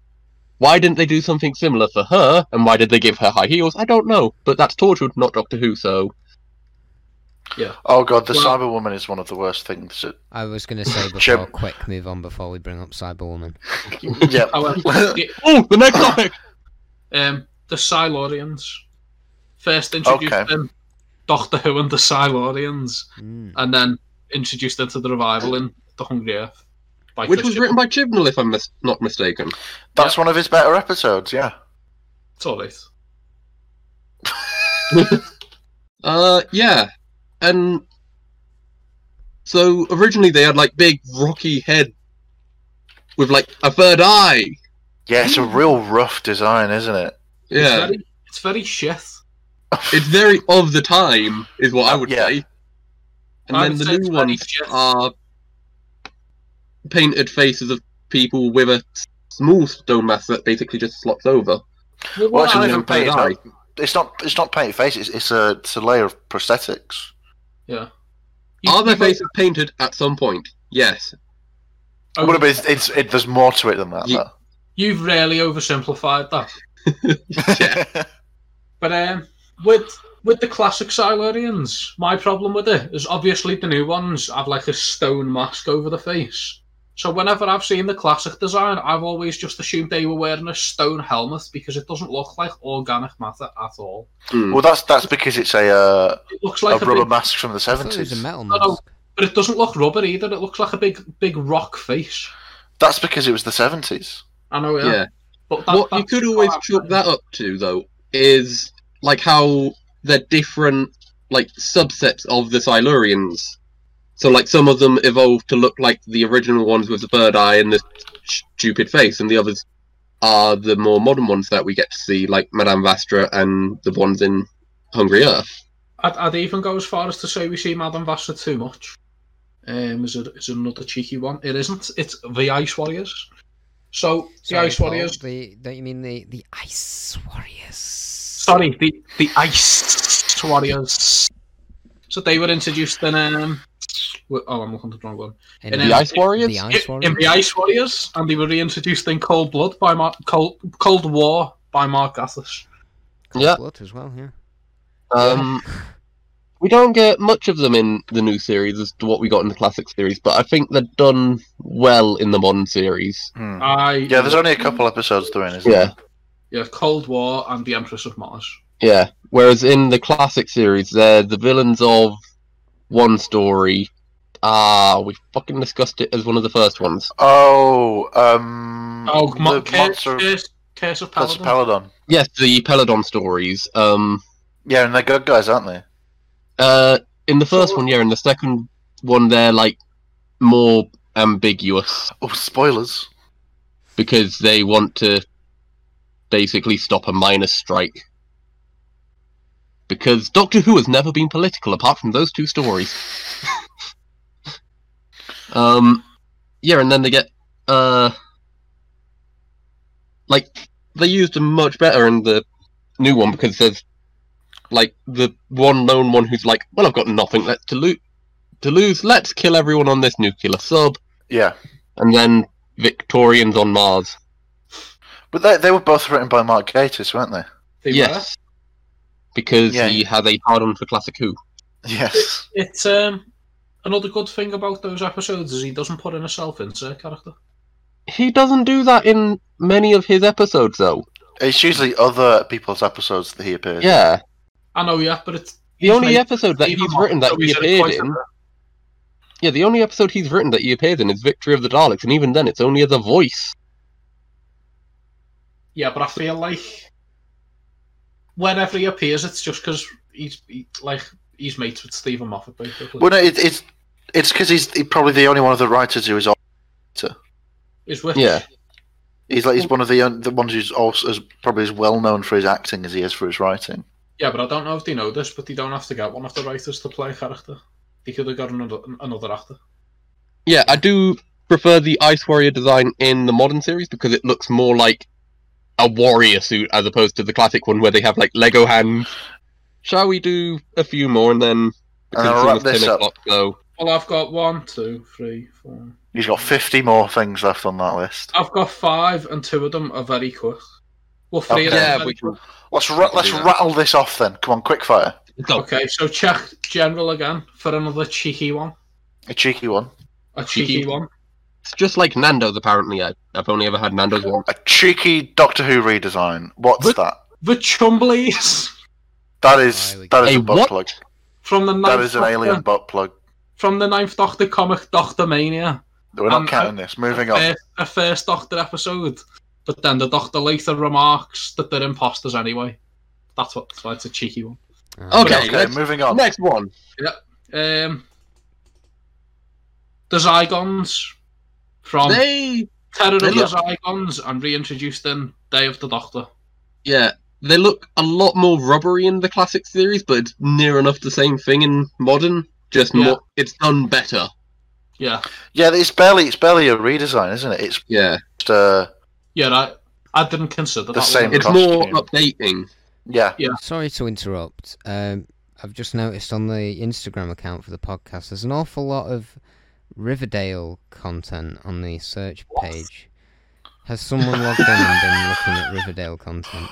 Speaker 3: why didn't they do something similar for her? And why did they give her high heels? I don't know. But that's tortured, not Doctor Who. So
Speaker 4: Oh god, the
Speaker 1: Well-
Speaker 4: Cyberwoman is one of the worst things. That...
Speaker 2: I was going to say before,
Speaker 4: Jim.
Speaker 2: quick move on before we bring up Cyberwoman.
Speaker 4: yeah,
Speaker 1: However, the,
Speaker 3: oh, the next topic.
Speaker 1: um, the Silurians first introduced
Speaker 4: Okay.
Speaker 1: them, Doctor Who and the Silurians,
Speaker 2: Mm.
Speaker 1: and then introduced them to the revival in the Hungry Earth. By
Speaker 3: Which was
Speaker 1: Christian.
Speaker 3: written by Chibnall, if I'm mis- not mistaken.
Speaker 4: that's one of his better episodes. Yeah,
Speaker 1: It's all right.
Speaker 3: Uh, yeah. And so originally they had like big rocky head with like a third eye.
Speaker 4: yeah, it's a real rough design, isn't it?
Speaker 1: It's
Speaker 3: Yeah,
Speaker 1: very, it's very shit.
Speaker 3: it's very of the time, is what I would
Speaker 4: Yeah.
Speaker 3: say. And
Speaker 1: I
Speaker 3: then
Speaker 1: would say
Speaker 3: the
Speaker 1: it's
Speaker 3: new
Speaker 1: very
Speaker 3: ones
Speaker 1: shit.
Speaker 3: are painted faces of people with a small stone mass that basically just slots over.
Speaker 1: Well,
Speaker 4: Well, it's
Speaker 1: what
Speaker 4: not
Speaker 1: I-
Speaker 4: even
Speaker 3: third
Speaker 4: painted.
Speaker 3: eye.
Speaker 4: no. It's not. It's not painted face. It's, it's a. It's a layer of prosthetics.
Speaker 1: you-
Speaker 3: are their
Speaker 1: you might-
Speaker 3: faces painted at some point? Yes.
Speaker 1: Oh,
Speaker 4: Well, but it's, it's it, there's more to it than that.
Speaker 3: Ye-
Speaker 4: though.
Speaker 1: You've really oversimplified that.
Speaker 3: Yeah.
Speaker 1: But um, with with the classic Silurians, my problem with it is obviously the new ones have like a stone mask over the face. So whenever I've seen the classic design, I've always just assumed they were wearing a stone helmet because it doesn't look like organic matter at all.
Speaker 3: Hmm.
Speaker 4: Well, that's that's because it's a uh,
Speaker 1: It looks like
Speaker 4: a
Speaker 1: a,
Speaker 4: rubber
Speaker 1: big,
Speaker 4: mask from the
Speaker 2: I thought it was a
Speaker 4: seventies.
Speaker 2: metal
Speaker 1: No, no.
Speaker 2: mask.
Speaker 1: but it doesn't look rubber either. It looks like a big big rock face.
Speaker 4: That's because it was the seventies.
Speaker 1: I know, yeah.
Speaker 3: yeah.
Speaker 1: But that,
Speaker 3: what you
Speaker 1: that's
Speaker 3: could always
Speaker 1: what I've
Speaker 3: chalk
Speaker 1: heard.
Speaker 3: that up to though is like how they're different like subsets of the silurians so like some of them evolved to look like the original ones with the bird eye and the stupid face and the others are the more modern ones that we get to see like madame vastra and the ones in hungry earth
Speaker 1: I'd, I'd even go as far as to say we see Madame Vassa too much. Um, is it is another cheeky one? It isn't. It's the Ice Warriors. So the
Speaker 2: Sorry,
Speaker 1: Ice
Speaker 2: Paul,
Speaker 1: Warriors.
Speaker 2: The, don't you mean the, the Ice Warriors?
Speaker 1: Sorry, the the Ice Warriors. So they were introduced in um. w- Oh, I'm looking at the wrong one.
Speaker 2: In,
Speaker 1: And
Speaker 2: uh,
Speaker 1: the Ice
Speaker 3: Warriors?
Speaker 2: The
Speaker 1: In-
Speaker 2: Ice
Speaker 1: in,
Speaker 2: Warriors?
Speaker 1: the Ice Warriors, and they were reintroduced in Cold Blood by Mark Cold Cold War by Mark Gatiss.
Speaker 2: Cold
Speaker 3: Yeah.
Speaker 2: Blood as well, yeah.
Speaker 3: um we don't get much of them in the new series as to what we got in the classic series but i think they're done well in the modern series
Speaker 4: Hmm.
Speaker 1: I
Speaker 4: Yeah, there's only a couple episodes they're in, isn't
Speaker 3: yeah
Speaker 4: there?
Speaker 1: yeah Cold War and the Empress of Mars.
Speaker 3: Yeah. Whereas in the classic series, they're the villains of one story. Ah, we fucking discussed it as one of the first ones.
Speaker 4: Oh, um,
Speaker 1: Oh, Mo-
Speaker 4: the
Speaker 1: Curse,
Speaker 4: monster
Speaker 1: Curse, Curse of
Speaker 4: Curse
Speaker 1: Paladin.
Speaker 4: of Paladon.
Speaker 3: Yes, the Peladon stories. Um,
Speaker 4: Yeah, and they're good guys, aren't they?
Speaker 3: uh, in the first
Speaker 1: So-
Speaker 3: one, yeah. In the second one, they're like more ambiguous
Speaker 4: Oh, spoilers.
Speaker 3: because they want to basically stop a miners' strike. Because Doctor Who has never been political apart from those two stories. um, yeah, and then they get uh, like they used them much better in the new one because there's like the one lone one who's like, well, I've got nothing left to lose. To lose, let's kill everyone on this nuclear sub,
Speaker 4: Yeah,
Speaker 3: and then Victorians on Mars.
Speaker 4: but they they were both written by Mark Gatiss, weren't they?
Speaker 1: They were.
Speaker 3: yes, because
Speaker 4: Yeah.
Speaker 3: he had a hard on for classic Who.
Speaker 4: Yes.
Speaker 1: It's um another good thing about those episodes is he doesn't put in a self insert character.
Speaker 3: He doesn't do that in many of his episodes, though.
Speaker 4: It's usually other people's episodes that he appears. in.
Speaker 3: Yeah,
Speaker 1: I know, yeah, but it's
Speaker 3: the only episode that he's written that he appeared in. Yeah, the only episode he's written that he appeared in is Victory of the Daleks, and even then, it's only as a voice.
Speaker 1: Yeah, but I feel like whenever he appears, it's just because he's he, like he's mates with Stephen Moffat. Basically,
Speaker 4: Well, no, it, it's it's because he's probably the only one of the writers who is al-
Speaker 1: is with
Speaker 3: Yeah.
Speaker 4: he's like he's one of the on- the ones who's also is probably as well known for his acting as he is for his writing.
Speaker 1: yeah, but I don't know if they know this, but they don't have to get one of the writers to play a character. They could have got another another actor.
Speaker 3: Yeah, I do prefer the Ice Warrior design in the modern series because it looks more like a warrior suit as opposed to the classic one where they have like Lego hands. Shall we do a few more and then? because
Speaker 4: I'll
Speaker 3: it's
Speaker 4: wrap
Speaker 3: almost
Speaker 4: this
Speaker 3: 10
Speaker 4: up.
Speaker 3: o'clock, So
Speaker 1: Well, I've got one, two, three, four.
Speaker 4: He's got fifty more things left on that list.
Speaker 1: I've got five, and two of them are very quick. Well, three of
Speaker 4: Okay.
Speaker 1: them. are
Speaker 3: yeah,
Speaker 1: very
Speaker 3: we can.
Speaker 4: Let's ra-
Speaker 3: can
Speaker 4: let's
Speaker 3: do that.
Speaker 4: rattle this off then. Come on, quick fire.
Speaker 3: Go.
Speaker 1: Okay, so check general again for another cheeky one.
Speaker 4: A cheeky one.
Speaker 1: A cheeky,
Speaker 3: Cheeky.
Speaker 1: one.
Speaker 3: It's just like Nando's, apparently. I, I've only ever had Nando's once.
Speaker 4: A cheeky Doctor Who redesign. What's
Speaker 1: What?
Speaker 4: that?
Speaker 1: The Chumblies
Speaker 4: That is
Speaker 2: There we
Speaker 4: that is
Speaker 3: go.
Speaker 4: a
Speaker 3: A
Speaker 4: butt
Speaker 3: what?
Speaker 4: plug.
Speaker 1: from the ninth
Speaker 4: That is an
Speaker 1: Doctor-
Speaker 4: alien butt plug.
Speaker 1: from the ninth Doctor comic Doctor Mania.
Speaker 4: We're not
Speaker 1: Um,
Speaker 4: counting this. Moving
Speaker 1: A
Speaker 4: on.
Speaker 1: first, a first Doctor episode. But then the Doctor later remarks that they're imposters anyway. That's what that's why it's a cheeky one.
Speaker 2: Oh,
Speaker 3: Okay,
Speaker 4: Okay,
Speaker 3: let's-
Speaker 4: moving on.
Speaker 3: Next one.
Speaker 1: Um The Zygons
Speaker 3: Um,
Speaker 1: from
Speaker 3: They,
Speaker 1: Terror of
Speaker 3: they
Speaker 1: the
Speaker 3: look-
Speaker 1: Zygons and reintroduced in Day of the Doctor.
Speaker 3: yeah, they look a lot more rubbery in the classic series, but it's near enough the same thing in modern. Just
Speaker 1: Yeah.
Speaker 3: more, it's done better.
Speaker 1: Yeah.
Speaker 4: Yeah, it's barely it's barely a redesign, isn't it? It's
Speaker 3: Yeah,
Speaker 4: just uh,
Speaker 1: Yeah, I I didn't consider that.
Speaker 4: The same
Speaker 1: One.
Speaker 3: it's more
Speaker 4: Costume.
Speaker 3: updating.
Speaker 4: yeah.
Speaker 2: Sorry to interrupt. Um, I've just noticed on the Instagram account for the podcast, there's an awful lot of Riverdale content on the search page. Has someone logged in and been looking at Riverdale content?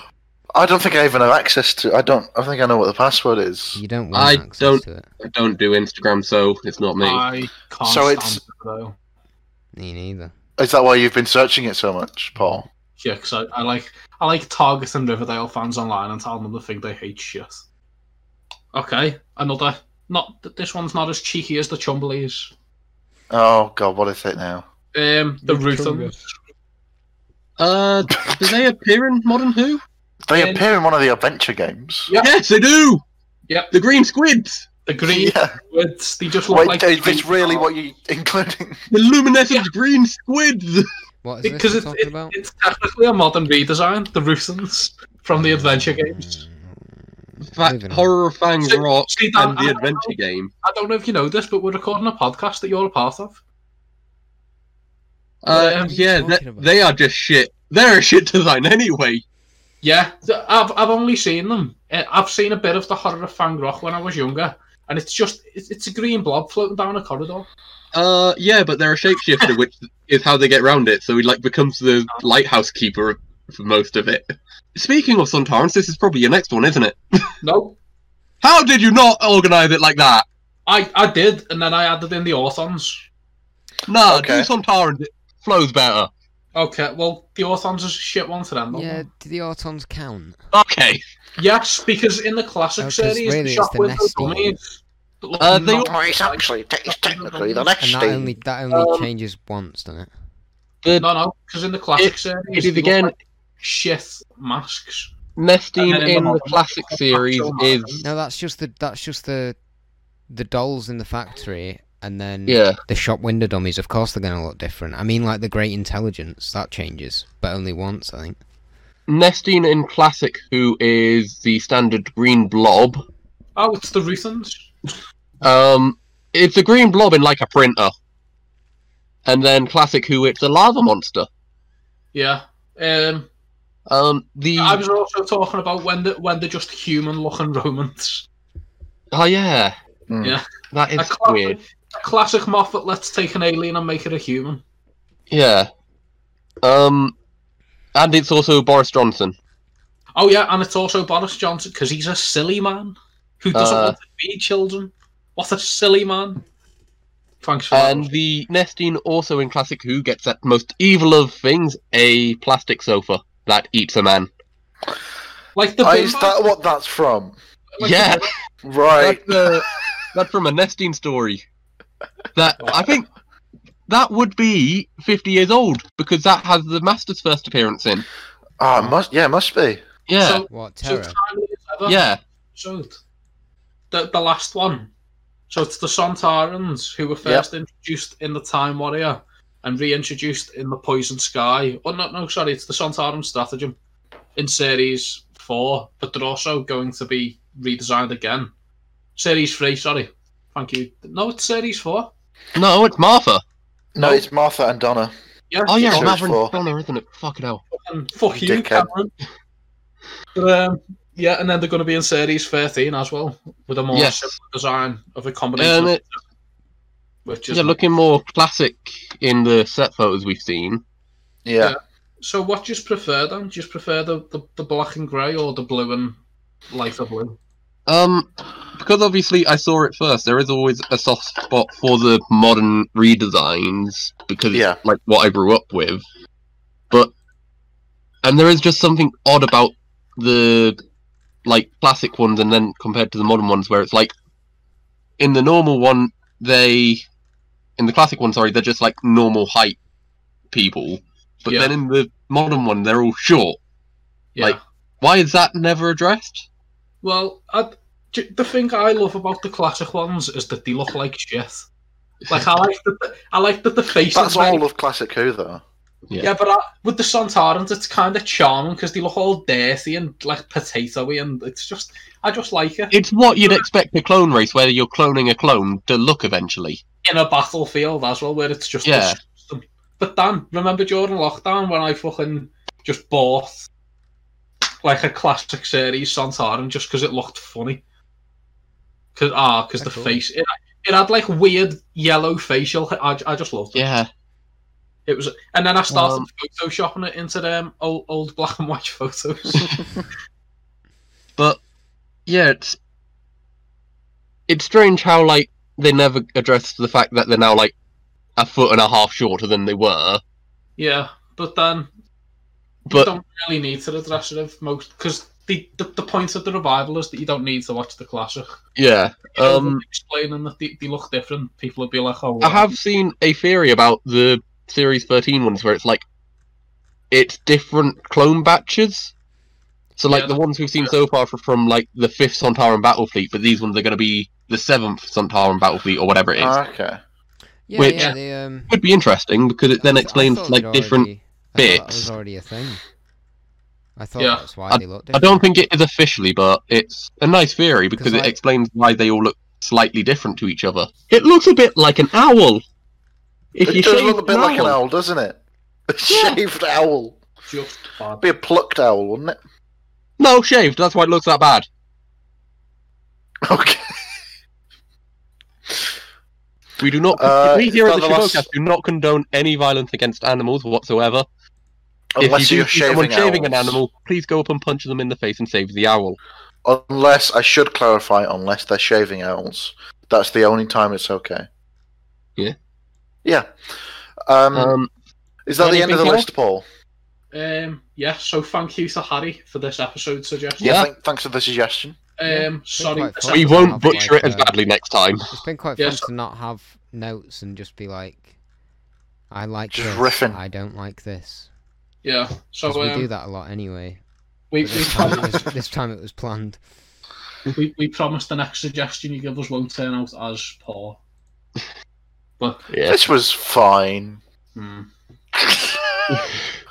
Speaker 4: I don't think I even have access to. I don't. I think I know what the password is.
Speaker 2: You don't want
Speaker 3: I
Speaker 2: access
Speaker 3: don't-
Speaker 2: to it.
Speaker 3: I don't do Instagram, so it's not me.
Speaker 1: I can't
Speaker 4: So
Speaker 1: stand
Speaker 4: it's-
Speaker 1: it though.
Speaker 2: Me neither.
Speaker 4: Is that why you've been searching it so much, Paul?
Speaker 1: Yeah, 'cause I, I like I like targeting Riverdale fans online and telling them to think they hate shit. Okay, another. Not th- this one's not as cheeky as the Chumbleys.
Speaker 4: Oh God, what is it now?
Speaker 1: Um,
Speaker 5: The
Speaker 1: the Ruthens.
Speaker 3: Uh, do they appear in Modern Who?
Speaker 4: They
Speaker 1: Um,
Speaker 4: appear in one of the adventure games.
Speaker 1: Yeah.
Speaker 3: Yes, they do.
Speaker 1: Yep.
Speaker 3: the green squids,
Speaker 1: The green
Speaker 4: Yeah.
Speaker 1: words. They just look
Speaker 4: Wait,
Speaker 1: like.
Speaker 4: Dave, it's really what you including?
Speaker 3: the luminescent green squids.
Speaker 2: What is
Speaker 1: because it's,
Speaker 2: this we're talking
Speaker 1: it-
Speaker 2: about?
Speaker 1: it's technically a modern redesign. The Ruthens from the adventure games.
Speaker 3: That
Speaker 2: Moving on.
Speaker 3: horror fang
Speaker 1: See-
Speaker 3: rock
Speaker 1: see, Dan,
Speaker 3: and
Speaker 1: I
Speaker 3: the
Speaker 1: don't
Speaker 3: adventure
Speaker 1: know-
Speaker 3: game.
Speaker 1: I don't know if you know this, but we're recording a podcast that you're a part of.
Speaker 3: Uh,
Speaker 1: What
Speaker 2: are you
Speaker 3: yeah,
Speaker 2: talking
Speaker 3: they,
Speaker 2: about?
Speaker 3: they are just shit. They're a shit design anyway.
Speaker 1: Yeah, th- I've I've only seen them. Uh, I've seen a bit of the horror of Fang Rock when I was younger, and it's just it's, it's a green blob floating down a corridor.
Speaker 3: Uh, yeah, but they're a shapeshifter, which is how they get around it. So he like becomes the lighthouse keeper for most of it. Speaking of Suntarans, this is probably your next one, isn't it?
Speaker 1: No,
Speaker 3: How did you not organise it like that?
Speaker 1: I I did, and then I added in the Orthons.
Speaker 3: Nah,
Speaker 4: Okay.
Speaker 3: do Suntarans. It flows better.
Speaker 1: Okay, well the Orthons is a shit one to them.
Speaker 2: Mm. Yeah, do the Autons count?
Speaker 3: Okay.
Speaker 1: Yes, because in the classic
Speaker 2: Oh, 'cause
Speaker 1: series,
Speaker 2: really
Speaker 1: the
Speaker 2: it's
Speaker 1: shop
Speaker 2: the
Speaker 1: window
Speaker 2: nasty
Speaker 1: dummies.
Speaker 3: Uh, they-
Speaker 1: Not-
Speaker 4: Well, it's actually it's technically the next
Speaker 2: And that
Speaker 4: thing.
Speaker 2: only that only
Speaker 3: Um,
Speaker 2: changes once, doesn't it?
Speaker 1: no, no, because in the classic
Speaker 3: It-
Speaker 1: series,
Speaker 3: it is
Speaker 1: they look
Speaker 3: again-
Speaker 1: like shit masks.
Speaker 3: Mestine
Speaker 1: And then in
Speaker 3: in
Speaker 1: the
Speaker 3: the
Speaker 1: modern-
Speaker 3: classic series is
Speaker 2: No, that's just the that's just the the dolls in the factory, and then
Speaker 3: yeah.
Speaker 2: the shop window dummies. Of course, they're gonna look different. I mean, like the Great Intelligence that changes, but only once, I think.
Speaker 3: Nestine in Classic, who is the standard green blob.
Speaker 1: Oh, it's the Ruthans.
Speaker 3: Um, it's a green blob in like a printer. And then Classic, who it's a lava monster.
Speaker 1: Yeah. Um,
Speaker 3: Um, the
Speaker 1: I was also talking about when the when they're just human-looking Romans.
Speaker 3: oh yeah,
Speaker 4: Hmm.
Speaker 1: Yeah.
Speaker 3: that
Speaker 1: A
Speaker 3: is
Speaker 1: classic,
Speaker 3: weird.
Speaker 1: a classic Moffat. Let's take an alien and make it a human.
Speaker 3: Yeah. Um, and it's also Boris Johnson.
Speaker 1: Oh yeah, and it's also Boris Johnson because he's a silly man who doesn't
Speaker 3: Uh.
Speaker 1: want to be children. What a silly man! Thanks for
Speaker 3: And
Speaker 1: that.
Speaker 3: the Nestine also in Classic, who gets that most evil of things: a plastic sofa that eats a man.
Speaker 1: Like the
Speaker 4: Oh,
Speaker 1: bin
Speaker 4: is
Speaker 1: man-
Speaker 4: that what that's from?
Speaker 1: like the
Speaker 3: yeah.
Speaker 1: bin-
Speaker 4: Right.
Speaker 3: That's, uh, that's from a nesting story. That I think that would be fifty years old because that has the Master's first appearance in.
Speaker 4: Ah, it must yeah, it must be.
Speaker 3: Yeah,
Speaker 1: So, uh,
Speaker 2: What
Speaker 1: so
Speaker 2: terror?
Speaker 1: timely as ever.
Speaker 3: yeah,
Speaker 1: episode. The, the last one. So it's the Sontarans who were first introduced in the Time Warrior and reintroduced in the Poison Sky. Oh, no, no, sorry, it's the Sontaran Stratagem in Series 4, but they're also going to be redesigned again. Series 3, sorry. Thank you. No, it's Series 4.
Speaker 3: no, oh, it's Martha.
Speaker 4: No, it's Martha and Donna.
Speaker 1: Yeah.
Speaker 3: Oh yeah,
Speaker 4: Series
Speaker 3: Martha
Speaker 4: four.
Speaker 3: and Donna, isn't it? Fucking hell.
Speaker 1: And fuck you,
Speaker 4: Dickhead.
Speaker 1: Cameron. But, um, yeah, and then they're going to be in Series 13 as well, with a more
Speaker 3: Yes.
Speaker 1: simple design of a combination.
Speaker 3: Um, it,
Speaker 1: which is
Speaker 3: yeah, looking more classic in the set photos we've seen.
Speaker 4: Yeah.
Speaker 1: Yeah. So what do you prefer then? Do you prefer the, the, the black and grey or the blue and lighter blue?
Speaker 3: Um, because obviously I saw it first. There is always a soft spot for the modern redesigns because
Speaker 4: Yeah.
Speaker 3: it's like what I grew up with. But and there is just something odd about the like classic ones and then compared to the modern ones where it's like in the normal one they in the classic one sorry they're just like normal height people but
Speaker 1: Yeah.
Speaker 3: then in the modern one they're all short
Speaker 1: Yeah.
Speaker 3: Like- why is that never addressed
Speaker 1: well, I, d- the thing I love about the classic ones is that they look like shit. Like I like that the, I like that the faces.
Speaker 4: That's
Speaker 1: like-
Speaker 4: all of classic Who though.
Speaker 1: Yeah. but I, with the Santarans, it's kind of charming because they look all dirty and like potatoey, and it's just I just like it
Speaker 3: It's what you'd expect a clone race where you're cloning a clone to look eventually.
Speaker 1: in a battlefield as well, where it's just
Speaker 3: Yeah.
Speaker 1: disgusting. But Dan, remember during lockdown when I fucking just bought like a classic series Santarin just because it looked funny? Cause ah, cause the
Speaker 2: That's cool.
Speaker 1: face it, it had like weird yellow facial. I, I just loved it.
Speaker 3: Yeah.
Speaker 1: It was, and then I started
Speaker 3: Um,
Speaker 1: photoshopping it into them old, old black and white photos.
Speaker 3: yeah, it's it's strange how like they never address the fact that they're now like a foot and a half shorter than they were.
Speaker 1: Yeah, but then you
Speaker 3: But
Speaker 1: don't really need to address it if most because the, the the point of the revival is that you don't need to watch the classic.
Speaker 3: yeah, um,
Speaker 1: explaining that they, they look different, people would be like, "Oh,
Speaker 3: I have seen a theory about the Series 13 ones where it's like it's different clone batches. So like
Speaker 1: Yeah,
Speaker 3: the ones we've seen so far are from like the fifth Sontaran battle fleet, but these ones are going to be the seventh Sontaran battle fleet or whatever it is.
Speaker 4: Ah, okay.
Speaker 2: Yeah,
Speaker 3: Which-
Speaker 2: yeah, they, um,
Speaker 3: would be interesting because it then
Speaker 2: I- I
Speaker 3: explains
Speaker 2: thought
Speaker 3: like
Speaker 2: they'd
Speaker 3: different.
Speaker 2: already- I thought that
Speaker 3: bits.
Speaker 2: was already a thing. I thought
Speaker 1: Yeah.
Speaker 2: that's why they looked
Speaker 3: I
Speaker 2: different.
Speaker 3: don't think it is officially, but it's a nice theory because
Speaker 2: 'Cause,
Speaker 3: it
Speaker 2: like-
Speaker 3: explains why they all look slightly different to each other. It looks a bit like an owl. If you
Speaker 4: it does
Speaker 3: shave
Speaker 4: look a bit like an owl, doesn't it? A
Speaker 3: Yeah.
Speaker 4: shaved owl.
Speaker 1: just bad."
Speaker 4: Be a plucked owl, wouldn't it?
Speaker 3: No, shaved. That's why it looks that bad.
Speaker 4: Okay.
Speaker 3: We do not.
Speaker 4: Uh,
Speaker 3: we here
Speaker 4: is
Speaker 3: at the
Speaker 4: that
Speaker 3: Show
Speaker 4: the last-
Speaker 3: Podcast do not condone any violence against animals whatsoever.
Speaker 4: Unless
Speaker 3: if you
Speaker 4: are
Speaker 3: do see someone
Speaker 4: shaving,
Speaker 3: shaving an
Speaker 4: owls.
Speaker 3: animal, please go up and punch them in the face and save the owl.
Speaker 4: Unless I should clarify, unless they're shaving owls, that's the only time it's okay.
Speaker 3: Yeah.
Speaker 4: Yeah. Um,
Speaker 3: Um,
Speaker 4: is that the end of the
Speaker 3: anything
Speaker 4: list, Paul?
Speaker 1: Um, yeah, so thank you to Harry for this episode suggestion.
Speaker 3: Yeah.
Speaker 4: thank- thanks for the suggestion.
Speaker 2: Yeah,
Speaker 1: Um, sorry,
Speaker 2: quite
Speaker 1: this
Speaker 2: fun.
Speaker 3: we
Speaker 1: episode-
Speaker 3: won't
Speaker 2: Like,
Speaker 3: butcher it as
Speaker 2: uh,
Speaker 3: badly next time.
Speaker 2: It's been quite
Speaker 1: Yeah,
Speaker 2: fun
Speaker 1: so-
Speaker 2: to not have notes and just be like, I like
Speaker 4: Just
Speaker 2: this.
Speaker 4: riffing.
Speaker 2: I don't like this.
Speaker 1: yeah. So
Speaker 2: 'Cause we do
Speaker 1: um,
Speaker 2: that a lot anyway.
Speaker 1: we,
Speaker 2: But
Speaker 1: we,
Speaker 2: this, time it
Speaker 1: promised,
Speaker 2: was, this time it was planned.
Speaker 1: we we promised the next suggestion you give us won't turn out as poor. But
Speaker 3: Yeah.
Speaker 4: This was fine.
Speaker 1: hmm,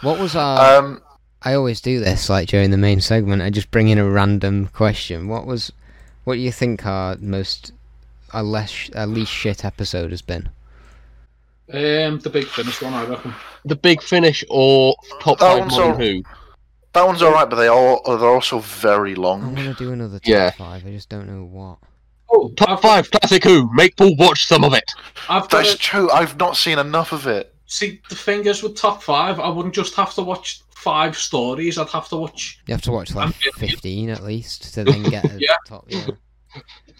Speaker 2: What was our?
Speaker 4: um,
Speaker 2: I always do this, like during the main segment. I just bring in a random question. What was? What do you think our most, our less, our least shit episode has been?
Speaker 1: um, the big finish one, I reckon.
Speaker 3: The Big Finish or Top
Speaker 4: That
Speaker 3: Five
Speaker 4: one's
Speaker 3: Modern
Speaker 4: all-
Speaker 3: Who?
Speaker 4: that one's all right, but they all they're also very
Speaker 2: I
Speaker 4: long.
Speaker 2: want to do another top
Speaker 3: Yeah.
Speaker 2: five. I just don't know what.
Speaker 1: Oh,
Speaker 3: Top Five Classic Who. Make Paul watch some of it.
Speaker 1: I've got
Speaker 4: That's
Speaker 1: a,
Speaker 4: true. I've not seen enough of it.
Speaker 1: see the fingers with top five. I wouldn't just have to watch five stories. I'd have to watch,
Speaker 2: You have to watch
Speaker 1: I'm
Speaker 2: like
Speaker 1: getting-
Speaker 2: fifteen at least to then get a
Speaker 1: Yeah.
Speaker 2: top. Yeah.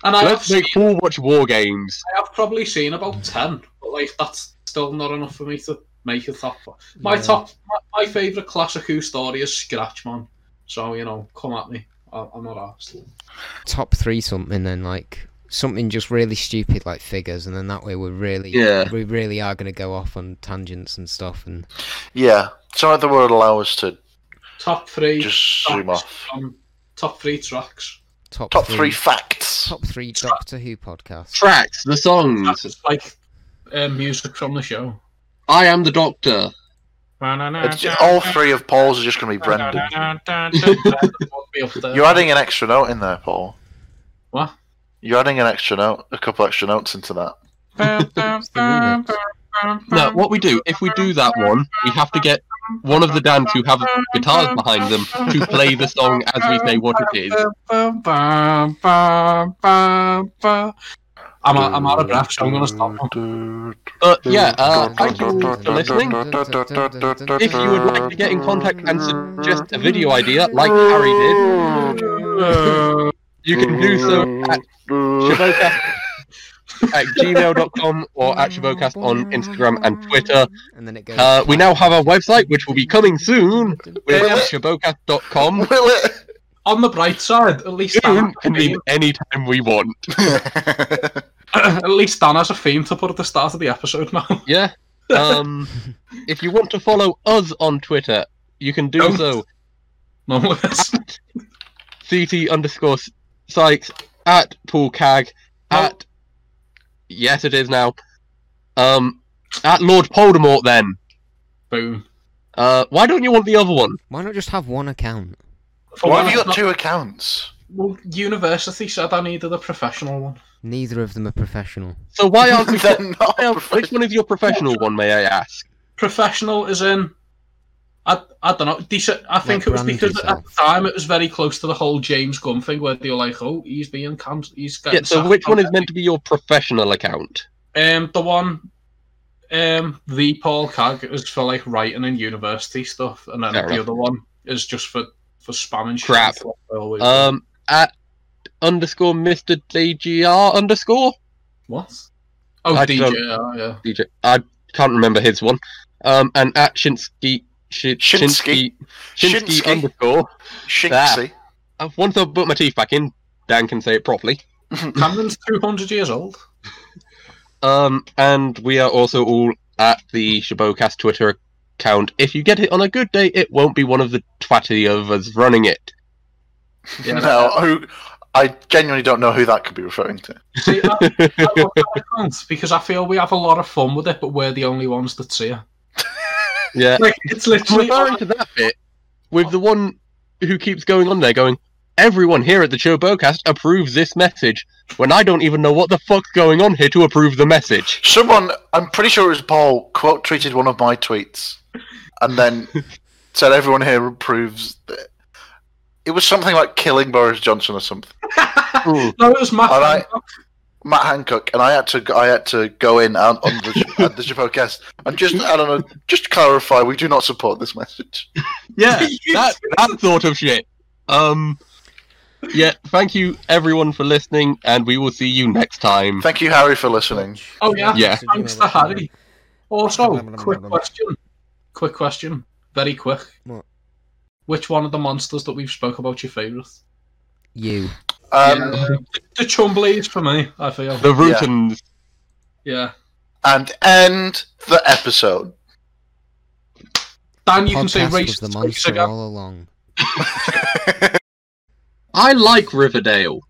Speaker 1: and I have,
Speaker 3: Let's
Speaker 1: seen,
Speaker 3: make Paul watch War Games.
Speaker 1: I have probably seen about ten, but like that's still not enough for me to make a top five. My
Speaker 2: Yeah.
Speaker 1: top, my, my favorite classic Who story is Scratchman. So you know, come at me. I, I'm not asked.
Speaker 2: top three something then like something just really stupid like figures and then that way we're really
Speaker 3: Yeah.
Speaker 2: we really are going to go off on tangents and stuff and
Speaker 4: Yeah. So they would allow us to
Speaker 1: Top three.
Speaker 4: just zoom
Speaker 1: tracks
Speaker 4: off.
Speaker 1: from- top three tracks.
Speaker 2: top,
Speaker 4: Top three facts.
Speaker 2: top three doctor who podcast
Speaker 3: Tracks, the songs.
Speaker 1: That's like uh, music from the show.
Speaker 3: I am the Doctor.
Speaker 4: It's ju- all three of Paul's are just going to be Brendan. You're adding an extra note in there, Paul.
Speaker 1: What?
Speaker 4: You're adding an extra note, a couple extra notes into that.
Speaker 3: No, what we do, if we do that one, we have to get one of the dads who have guitars behind them to play the song as we say what it is.
Speaker 1: I'm, I'm out of breath, so I'm going to stop.
Speaker 4: Mm.
Speaker 3: But yeah, uh, thank you all for listening. If you would like to get in contact and suggest a video idea, like Harry did, you can do so at Shabocast at gmail.com or at Shabocast on Instagram and Twitter.
Speaker 2: and then it goes
Speaker 3: Uh, we now have our website, which will be coming soon, which is shabocast.com.
Speaker 4: Will it?
Speaker 1: On the bright side, at least Dan,
Speaker 3: Soon can mean any time we want.
Speaker 1: at least Dan has a theme to put at the start of the episode now.
Speaker 3: Yeah. Um, if you want to follow us on Twitter, you can do
Speaker 1: Don't.
Speaker 3: so.
Speaker 1: No, it's-
Speaker 3: CT underscore Sykes at Paul Cag at yes, it is now. Um, at Lord Voldemort. Then,
Speaker 1: boom.
Speaker 3: uh, why don't you want the other one?
Speaker 2: why not just have one account
Speaker 4: Why have you got two accounts?
Speaker 1: Well, university said I needed a professional one.
Speaker 2: neither of them are professional
Speaker 3: So why aren't we?
Speaker 4: They're not
Speaker 3: why aren't- which
Speaker 4: professional.
Speaker 3: one is your professional one, may I ask?
Speaker 1: professional is in I, I don't know. Decent. I think it was
Speaker 2: brand
Speaker 1: because at
Speaker 2: yourself.
Speaker 1: the time it was very close to the whole James Gunn thing where they were like, "Oh, he's being cancelled. He's getting."
Speaker 3: Yeah. So
Speaker 1: sacked."
Speaker 3: which one is meant to be your professional account?
Speaker 1: Um, the one, um, the Paul Cag is for like writing and university stuff, and then
Speaker 3: Fair
Speaker 1: the
Speaker 3: enough.
Speaker 1: other one is just for for spamming
Speaker 3: Crap.
Speaker 1: Shit. Always-
Speaker 3: Um, at underscore Mr. DGR underscore
Speaker 1: What? Oh,
Speaker 3: I
Speaker 1: DJ,
Speaker 3: don't-
Speaker 1: uh, yeah.
Speaker 3: DJ. I can't remember his one. Um, and at Shinsky. Shi-
Speaker 4: Shinsky.
Speaker 3: Shinsky. Shinsky,
Speaker 4: Shinsky.
Speaker 3: underscore.
Speaker 4: Shinksy.
Speaker 3: Uh, Once I've put my teeth back in, Dan can say it properly.
Speaker 1: Camden's 200 years old.
Speaker 3: Um, and we are also all at the Shabocast Twitter account. If you get it on a good day, it won't be one of the twatty of us running it.
Speaker 1: Yeah,
Speaker 4: Now, who? I genuinely don't know who that could be referring to.
Speaker 1: See, I, I love that account because I feel we have a lot of fun with it, but we're the only ones that see it.
Speaker 3: Yeah.
Speaker 1: Like, it's literally.
Speaker 3: Referring to that bit, with the one who keeps going on there going, everyone here at the Showbocast approves this message, when I don't even know what the fuck's going on here to approve the message.
Speaker 4: Someone, I'm pretty sure it was Paul, quote tweeted one of my tweets, and then said everyone here approves. That. It was something like killing Boris Johnson or something.
Speaker 1: no, it was Matt.
Speaker 4: All right. Matt Hancock and I had to I had to go in on, on the at the podcast and just I don't know just to clarify we do not support this message.
Speaker 3: Yeah, that, that sort of shit. Um, yeah, thank you everyone for listening, and we will see you next time.
Speaker 4: Thank you, Harry, for listening.
Speaker 1: Oh, yeah.
Speaker 3: Yeah.
Speaker 1: Thanks to Harry. Also, quick question. Quick question. Very quick.
Speaker 2: What?
Speaker 1: Which one of the monsters that we've spoke about your favourite?
Speaker 2: You.
Speaker 4: Um,
Speaker 1: Yeah. The Chumbleys for me, I feel.
Speaker 3: The Rootans.
Speaker 1: Yeah.
Speaker 4: And end the episode.
Speaker 1: Dan, you can say
Speaker 2: Podcast was
Speaker 1: racist
Speaker 2: the
Speaker 1: weeks
Speaker 2: monster
Speaker 1: ago.
Speaker 2: all along.
Speaker 3: I like Riverdale.